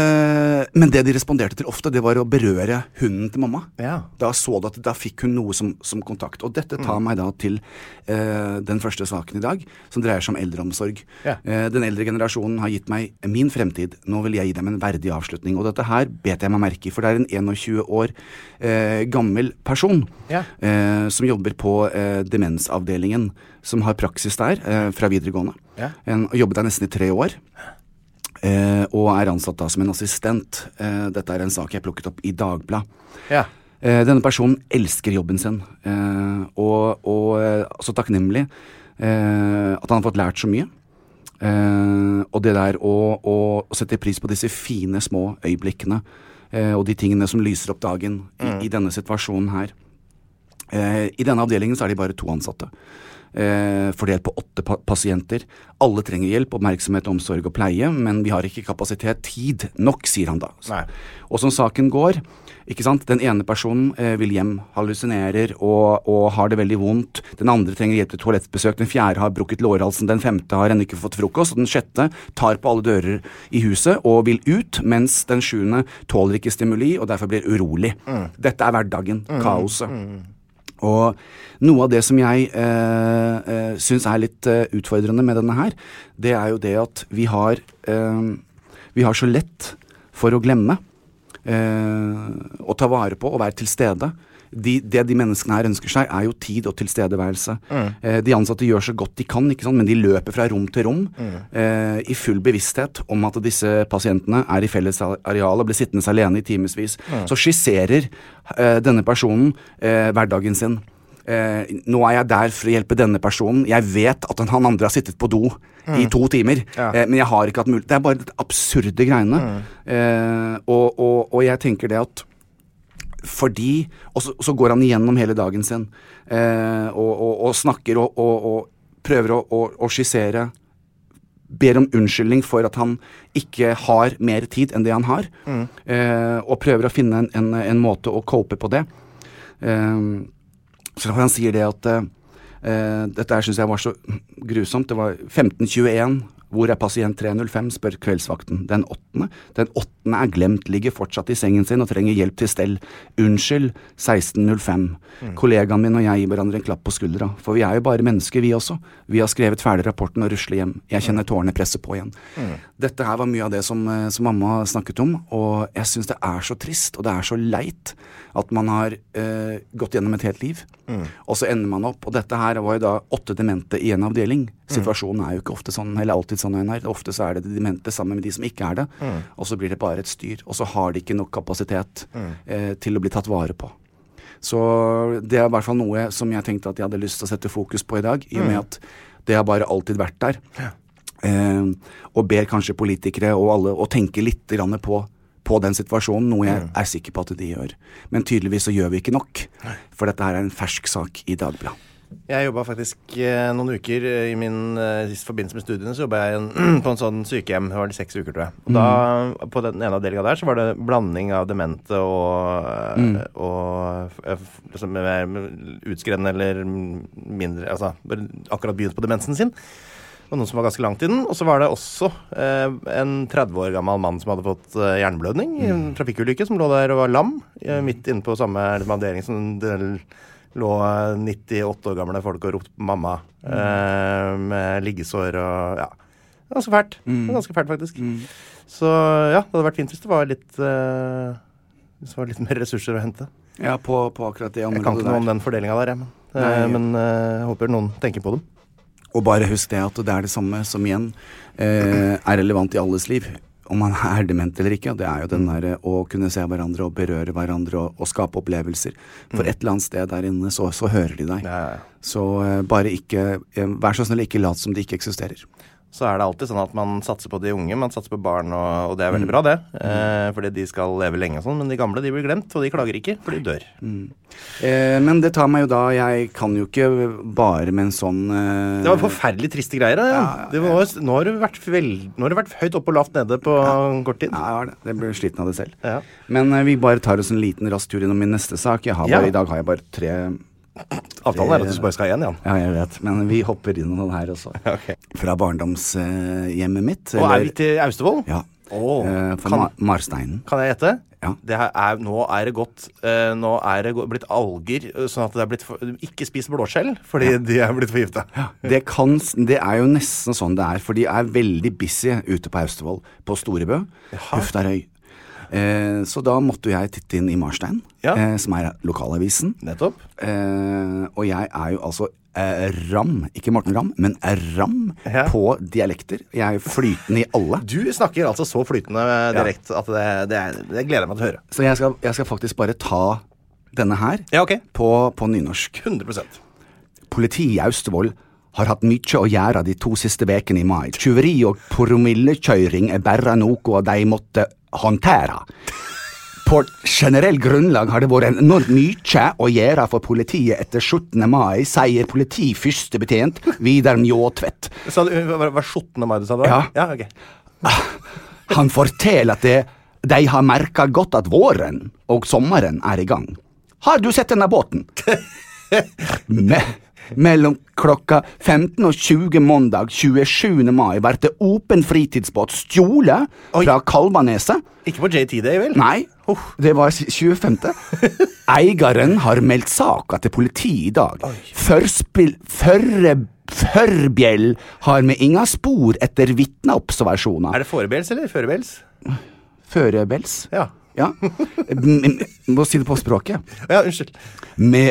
men det de responderte til ofte, det var å berøre hunden til mamma.
Ja.
Da så du at da fikk hun noe som, som kontakt. Og dette
Mm.
tar meg da til eh, den første saken i dag, som dreier seg om eldreomsorg.
Ja.
Eh, den eldre generasjonen har gitt meg min fremtid. Nå vil jeg gi dem en verdig avslutning. Og dette her bet jeg meg merke i, for det er en 21 år eh, gammel person
Ja.
eh, som jobber på eh, demensavdelingen, som har praksis der eh, fra videregående.
Ja.
En, jobbet der nesten i tre år. Eh, og er ansatt da som en assistent. Eh, dette er en sak jeg plukket opp i Dagbladet.
Ja.
Eh, denne personen elsker jobben sin, eh, og, og eh, så takknemlig eh, at han har fått lært så mye. Eh, og det der å, å sette pris på disse fine, små øyeblikkene, eh, og de tingene som lyser opp dagen i, i denne situasjonen her. Eh, I denne avdelingen så er de bare to ansatte. Eh, fordelt på åtte pa pasienter. Alle trenger hjelp, oppmerksomhet, omsorg og pleie, men vi har ikke kapasitet, tid nok, sier han da.
Nei.
Og som saken går, ikke sant, den ene personen eh, vil hjem, hallusinerer og, og har det veldig vondt. Den andre trenger hjelp til toalettbesøk, den fjerde har brukket lårhalsen, den femte har ennå ikke fått frokost, og den sjette tar på alle dører i huset og vil ut, mens den sjuende tåler ikke stimuli og derfor blir urolig. Dette er hverdagen, kaoset. Og noe av det som jeg eh, eh, syns er litt eh, utfordrende med denne her, det er jo det at vi har eh, Vi har så lett for å glemme eh, å ta vare på og være til stede. De, det de menneskene her ønsker seg, er jo tid og tilstedeværelse. Eh, de ansatte gjør så godt de kan, ikke sant? men de løper fra rom til rom eh, i full bevissthet om at disse pasientene er i fellesarealet og blir sittende alene i timevis. Så skisserer eh, denne personen eh, hverdagen sin. Eh, nå er jeg der for å hjelpe denne personen. Jeg vet at han- han andre har sittet på do i to timer, eh, men jeg har ikke hatt mulighet Det er bare de absurde greiene. Eh, og, og, og jeg tenker det at fordi Og så, så går han igjennom hele dagen sin eh, og, og, og snakker og, og, og prøver å, å, å skissere ber om unnskyldning for at han ikke har mer tid enn det han har, eh, og prøver å finne en, en, en måte å cope på det. Eh, så han sier det at eh, eh, Dette her syns jeg var så grusomt. Det var 1521. Hvor er pasient 305? spør kveldsvakten. Den åttende. Den åttende er glemt, ligger fortsatt i sengen sin og trenger hjelp til stell. Unnskyld, 1605. Kollegaen min og jeg gir hverandre en klapp på skuldra, for vi er jo bare mennesker, vi også. Vi har skrevet ferdig rapporten og rusler hjem. Jeg kjenner tårene presse på igjen. Dette her var mye av det som, eh, som mamma snakket om, og jeg syns det er så trist, og det er så leit at man har eh, gått gjennom et helt liv, og så ender man opp Og dette her var jo da åtte demente i en avdeling. Situasjonen er jo ikke ofte sånn, eller alltid sånn. Einar. Ofte så er det de demente sammen med de som ikke er det, og så blir det bare et styr. Og så har de ikke nok kapasitet eh, til å bli tatt vare på. Så det er i hvert fall noe som jeg tenkte at jeg hadde lyst til å sette fokus på i dag, i og med at det har bare alltid vært der. eh, og ber kanskje politikere og alle å tenke litt grann på, på den situasjonen, noe
Mm.
jeg er sikker på at de gjør. Men tydeligvis så gjør vi ikke nok, for dette her er en fersk sak i Dagbladet.
Jeg jobba faktisk eh, noen uker eh, i min eh, i forbindelse med studiene så jobba jeg i en, [CLEARS THROAT] på en sånn sykehjem. Det var det seks uker, tror jeg. Og da, på den ene avdelinga der, så var det blanding av demente og, eh, og eh, f- liksom, mer- mer utskrevne eller mindre Altså bare akkurat begynt på demensen sin. Og noen som var ganske langt i den. Og så var det også eh, en 30 år gammel mann som hadde fått eh, hjerneblødning i en trafikkulykke, som lå der og var lam, eh, midt inne på samme liksom, avdeling som det lå eh, 98 år gamle folk og ropte på mamma eh, med liggesår og ja. Det var Ganske fælt.
Mm.
Det var Ganske fælt, faktisk. Så ja, det hadde vært fint hvis det var litt eh, hvis det var litt mer ressurser å hente.
Ja, på, på akkurat det
Jeg kan ikke
området
noe
der.
om den fordelinga der, jeg. Men, eh,
Nei.
men eh, jeg håper noen tenker på dem.
Og bare husk det at det er det samme som igjen eh, er relevant i alles liv. Om man er dement eller ikke. og Det er jo den
Mm.
derre å kunne se hverandre og berøre hverandre og, og skape opplevelser. For et eller annet sted der inne så, så hører de deg.
Mm. Ja, ja, ja.
Så eh, bare ikke eh, Vær så snill, ikke lat som det ikke eksisterer.
så er det alltid sånn at man satser på de unge, man satser på barn, og, og det er
Mm.
veldig bra, det. Eh, fordi de skal leve lenge og sånn, men de gamle de blir glemt, og de klager ikke, for de dør.
Eh, men det tar meg jo da Jeg kan jo ikke bare med en sånn eh,
Det var forferdelig triste greier. da, Ja. Det var, nå, har du vært vel, nå har du vært høyt opp og lavt nede på kort tid.
Ja, jeg har det. Jeg ble sliten av det selv.
Ja.
Men eh, vi bare tar oss en liten rask tur innom min neste sak. Jeg har
Ja.
bare, I dag har jeg bare tre
Avtalen er at du bare skal ha én, Jan.
Ja, jeg vet, men vi hopper inn i den her også.
[LAUGHS] Ok.
Fra barndomshjemmet mitt.
Og er
eller-
vi til Austevoll?
Ja.
Åh,
eh, fra
kan-
Ma- Marsteinen.
Kan jeg gjette?
Ja.
Det her er, nå er det godt eh, Nå er det gå- blitt alger, eh, sånn at det er blitt for, Ikke spis blåskjell, fordi de er blitt forgifta.
Det, kan, s- det er jo nesten sånn det er, for de er veldig busy ute på Austevoll, på Storebø. Huftarøy. Eh, så da måtte jo jeg titte inn i Marstein,
Ja.
eh, som er lokalavisen.
Nettopp.
Eh, og jeg er jo altså eh, ram, ikke Morten Ram, men ram
Ja.
på dialekter. Jeg er jo flytende i alle.
Du snakker altså så flytende direkte at det, det, er- det gleder jeg meg til å høre.
Så jeg skal, jeg skal faktisk bare ta denne her
Ja, ok.
på, på nynorsk.
100
Politiet i Austevoll har hatt mykje å gjøre de to siste vekene i mai. Tjuveri og promillekjøring er bare noe de måtte håndtere. På generell grunnlag har det vært enormt mykje å gjøre for politiet etter 17. mai, sier politiførstebetjent Vidar Mjåtvedt.
Sa du, var var 17. mai du sa det var?
Ja.
ok.
Han forteller at det, de har merka godt at våren og sommeren er i gang. Har du sett denne
[LAUGHS]
båten? Me mellom klokka 15 og 20 mandag 27. mai ble det åpen fritidsbåt stjålet
Oi.
fra Kalvaneset.
Ikke på JT Day, vel?
Nei, det var
[LAUGHS]
25. Eieren har meldt saka til politiet i dag. Førspill, førre, førbjell har med inga spor etter vitneobservasjoner.
Er det forebels eller førebels?
Førebels.
Ja.
Ja. M- m- Må si det på språket.
Ja, unnskyld.
Me,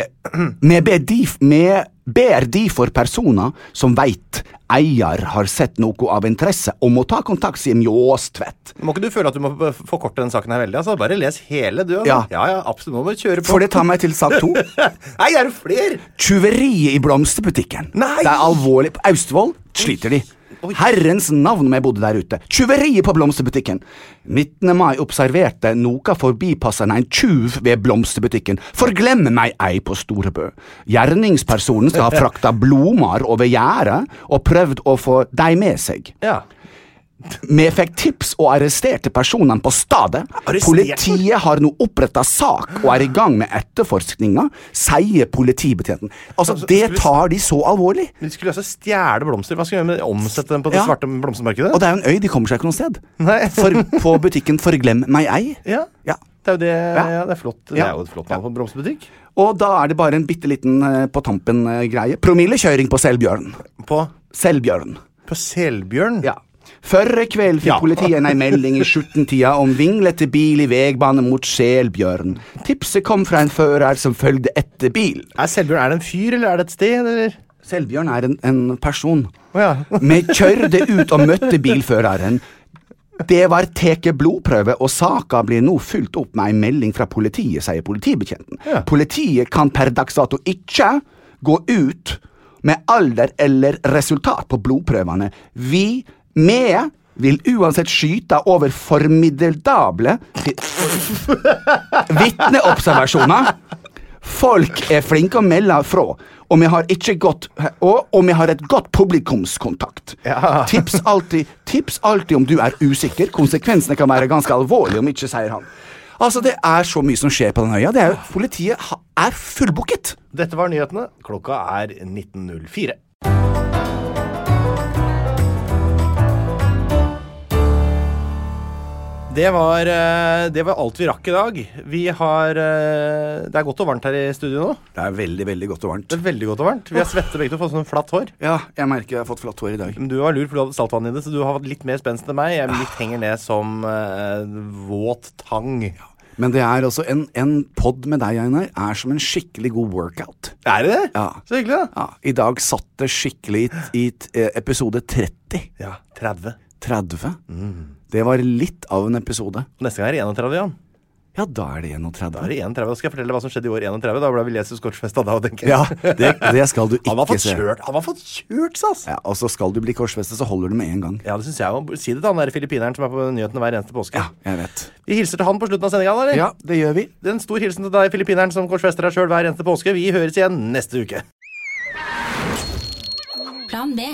me, ber de, me ber de for personer som veit eier har sett noe av interesse, om å ta kontakt, sier Mjåstvedt.
Må ikke du føle at du må eh, forkorte denne saken her veldig? altså? Bare les hele, du. Altså.
Ja.
ja, ja, absolutt. Nå må du kjøre på.
For det tar meg til sak to.
Nei, er det flere?
Tjuveriet i blomsterbutikken.
Nei!
Det er alvorlig. På Austevoll sliter de. Herrens navn om jeg bodde der ute. Tjuveriet på blomsterbutikken. 19. mai observerte noe forbipassende en tjuv ved blomsterbutikken. Forglemme meg ei på Storebø. Gjerningspersonen skal ha frakta blomar over gjerdet og prøvd å få dei med seg.
Ja.
Vi fikk tips og arresterte personene på stedet.
Arresterte?
Politiet har nå oppretta sak og er i gang med etterforskninga, sier politibetjenten. Altså, det tar de så alvorlig.
Men de skulle altså stjele blomster. Hva skal vi gjøre med det? Omsette dem på det
Ja.
svarte blomstermarkedet?
Og det er jo en øy, de kommer seg ikke noe sted.
Nei.
For på butikken Forglem meg ei.
Ja.
Ja.
Det er jo det, ja.
Ja.
det er flott. Det
Ja.
er jo et flott navn på en blomsterbutikk.
Og da er det bare en bitte liten eh, på tampen-greie. Promillekjøring på Selbjørn.
På,
Selbjørn.
på Selbjørn.
Ja. Førre kveld fikk
Ja.
politiet en melding i 17-tida om vinglete bil i veibane mot Selbjørn. Tipset kom fra en fører som følgde etter bilen.
Er Selbjørn er det en fyr, eller er det et sted, eller?
Selvbjørn er en, en person. [LAUGHS]
Å ja.
Vi kjørte ut og møtte bilføreren. Det var teke blodprøve, og saka blir nå fulgt opp med ei melding fra politiet, sier politibetjenten.
Ja.
Politiet kan per dags dato ikke gå ut med alder eller resultat på blodprøvene. Vi, med, vil uansett skyte over
[LAUGHS]
formidable vitneobservasjoner. Folk er flinke å melde fra, og vi har, ikke godt, og, og vi har et godt publikumskontakt. Tips, alltid, tips alltid om du er usikker. Konsekvensene kan være ganske alvorlige om ikke, sier han. Altså, Det er så mye som skjer på den øya. Det er, jo- politiet ha- er fullbooket!
Dette var nyhetene. Klokka er 19.04. Det var, eh, det var alt vi rakk i dag. Vi har eh, Det er godt og varmt her i studio nå.
Det er veldig, veldig godt og varmt.
Det er veldig godt og varmt. Vi har svette begge to, fått sånn flatt hår.
Ja, jeg merker jeg har fått flatt hår i dag.
Men du var lur, for du hadde saltvann i det, så du har hatt litt mer spenst enn meg. Jeg litt henger ned som eh, våt tang.
Men det er også en, en pod med deg, Einar, er som en skikkelig god workout.
Er det det?
Ja.
Så hyggelig, da.
Ja, I dag satt det skikkelig i, i eh, episode 30.
Ja, 30.
30. Mm. Det var litt av en episode.
Neste gang er det 31, Jan.
Ja, da er det 31.
Da er det 31. Da skal jeg fortelle hva som skjedde i år 31. Da ble vi lest i Scotchfesta da, tenker jeg.
Ja,
[LAUGHS]
det, det skal du [LAUGHS] ikke
Han har fått
se.
kjørt, han har fått kjørt, ass!
Ja, og så skal du bli korsfestet, så holder du med en gang.
Ja, det syns jeg jo. Si det til han der filippineren som er på nyhetene hver eneste påske.
Jeg vet.
Vi hilser til han på slutten av sendinga, eller?
Ja, det gjør vi.
Det er en stor hilsen til deg, filippineren som korsfester deg sjøl hver eneste påske. Vi høres igjen neste uke.
Plan B.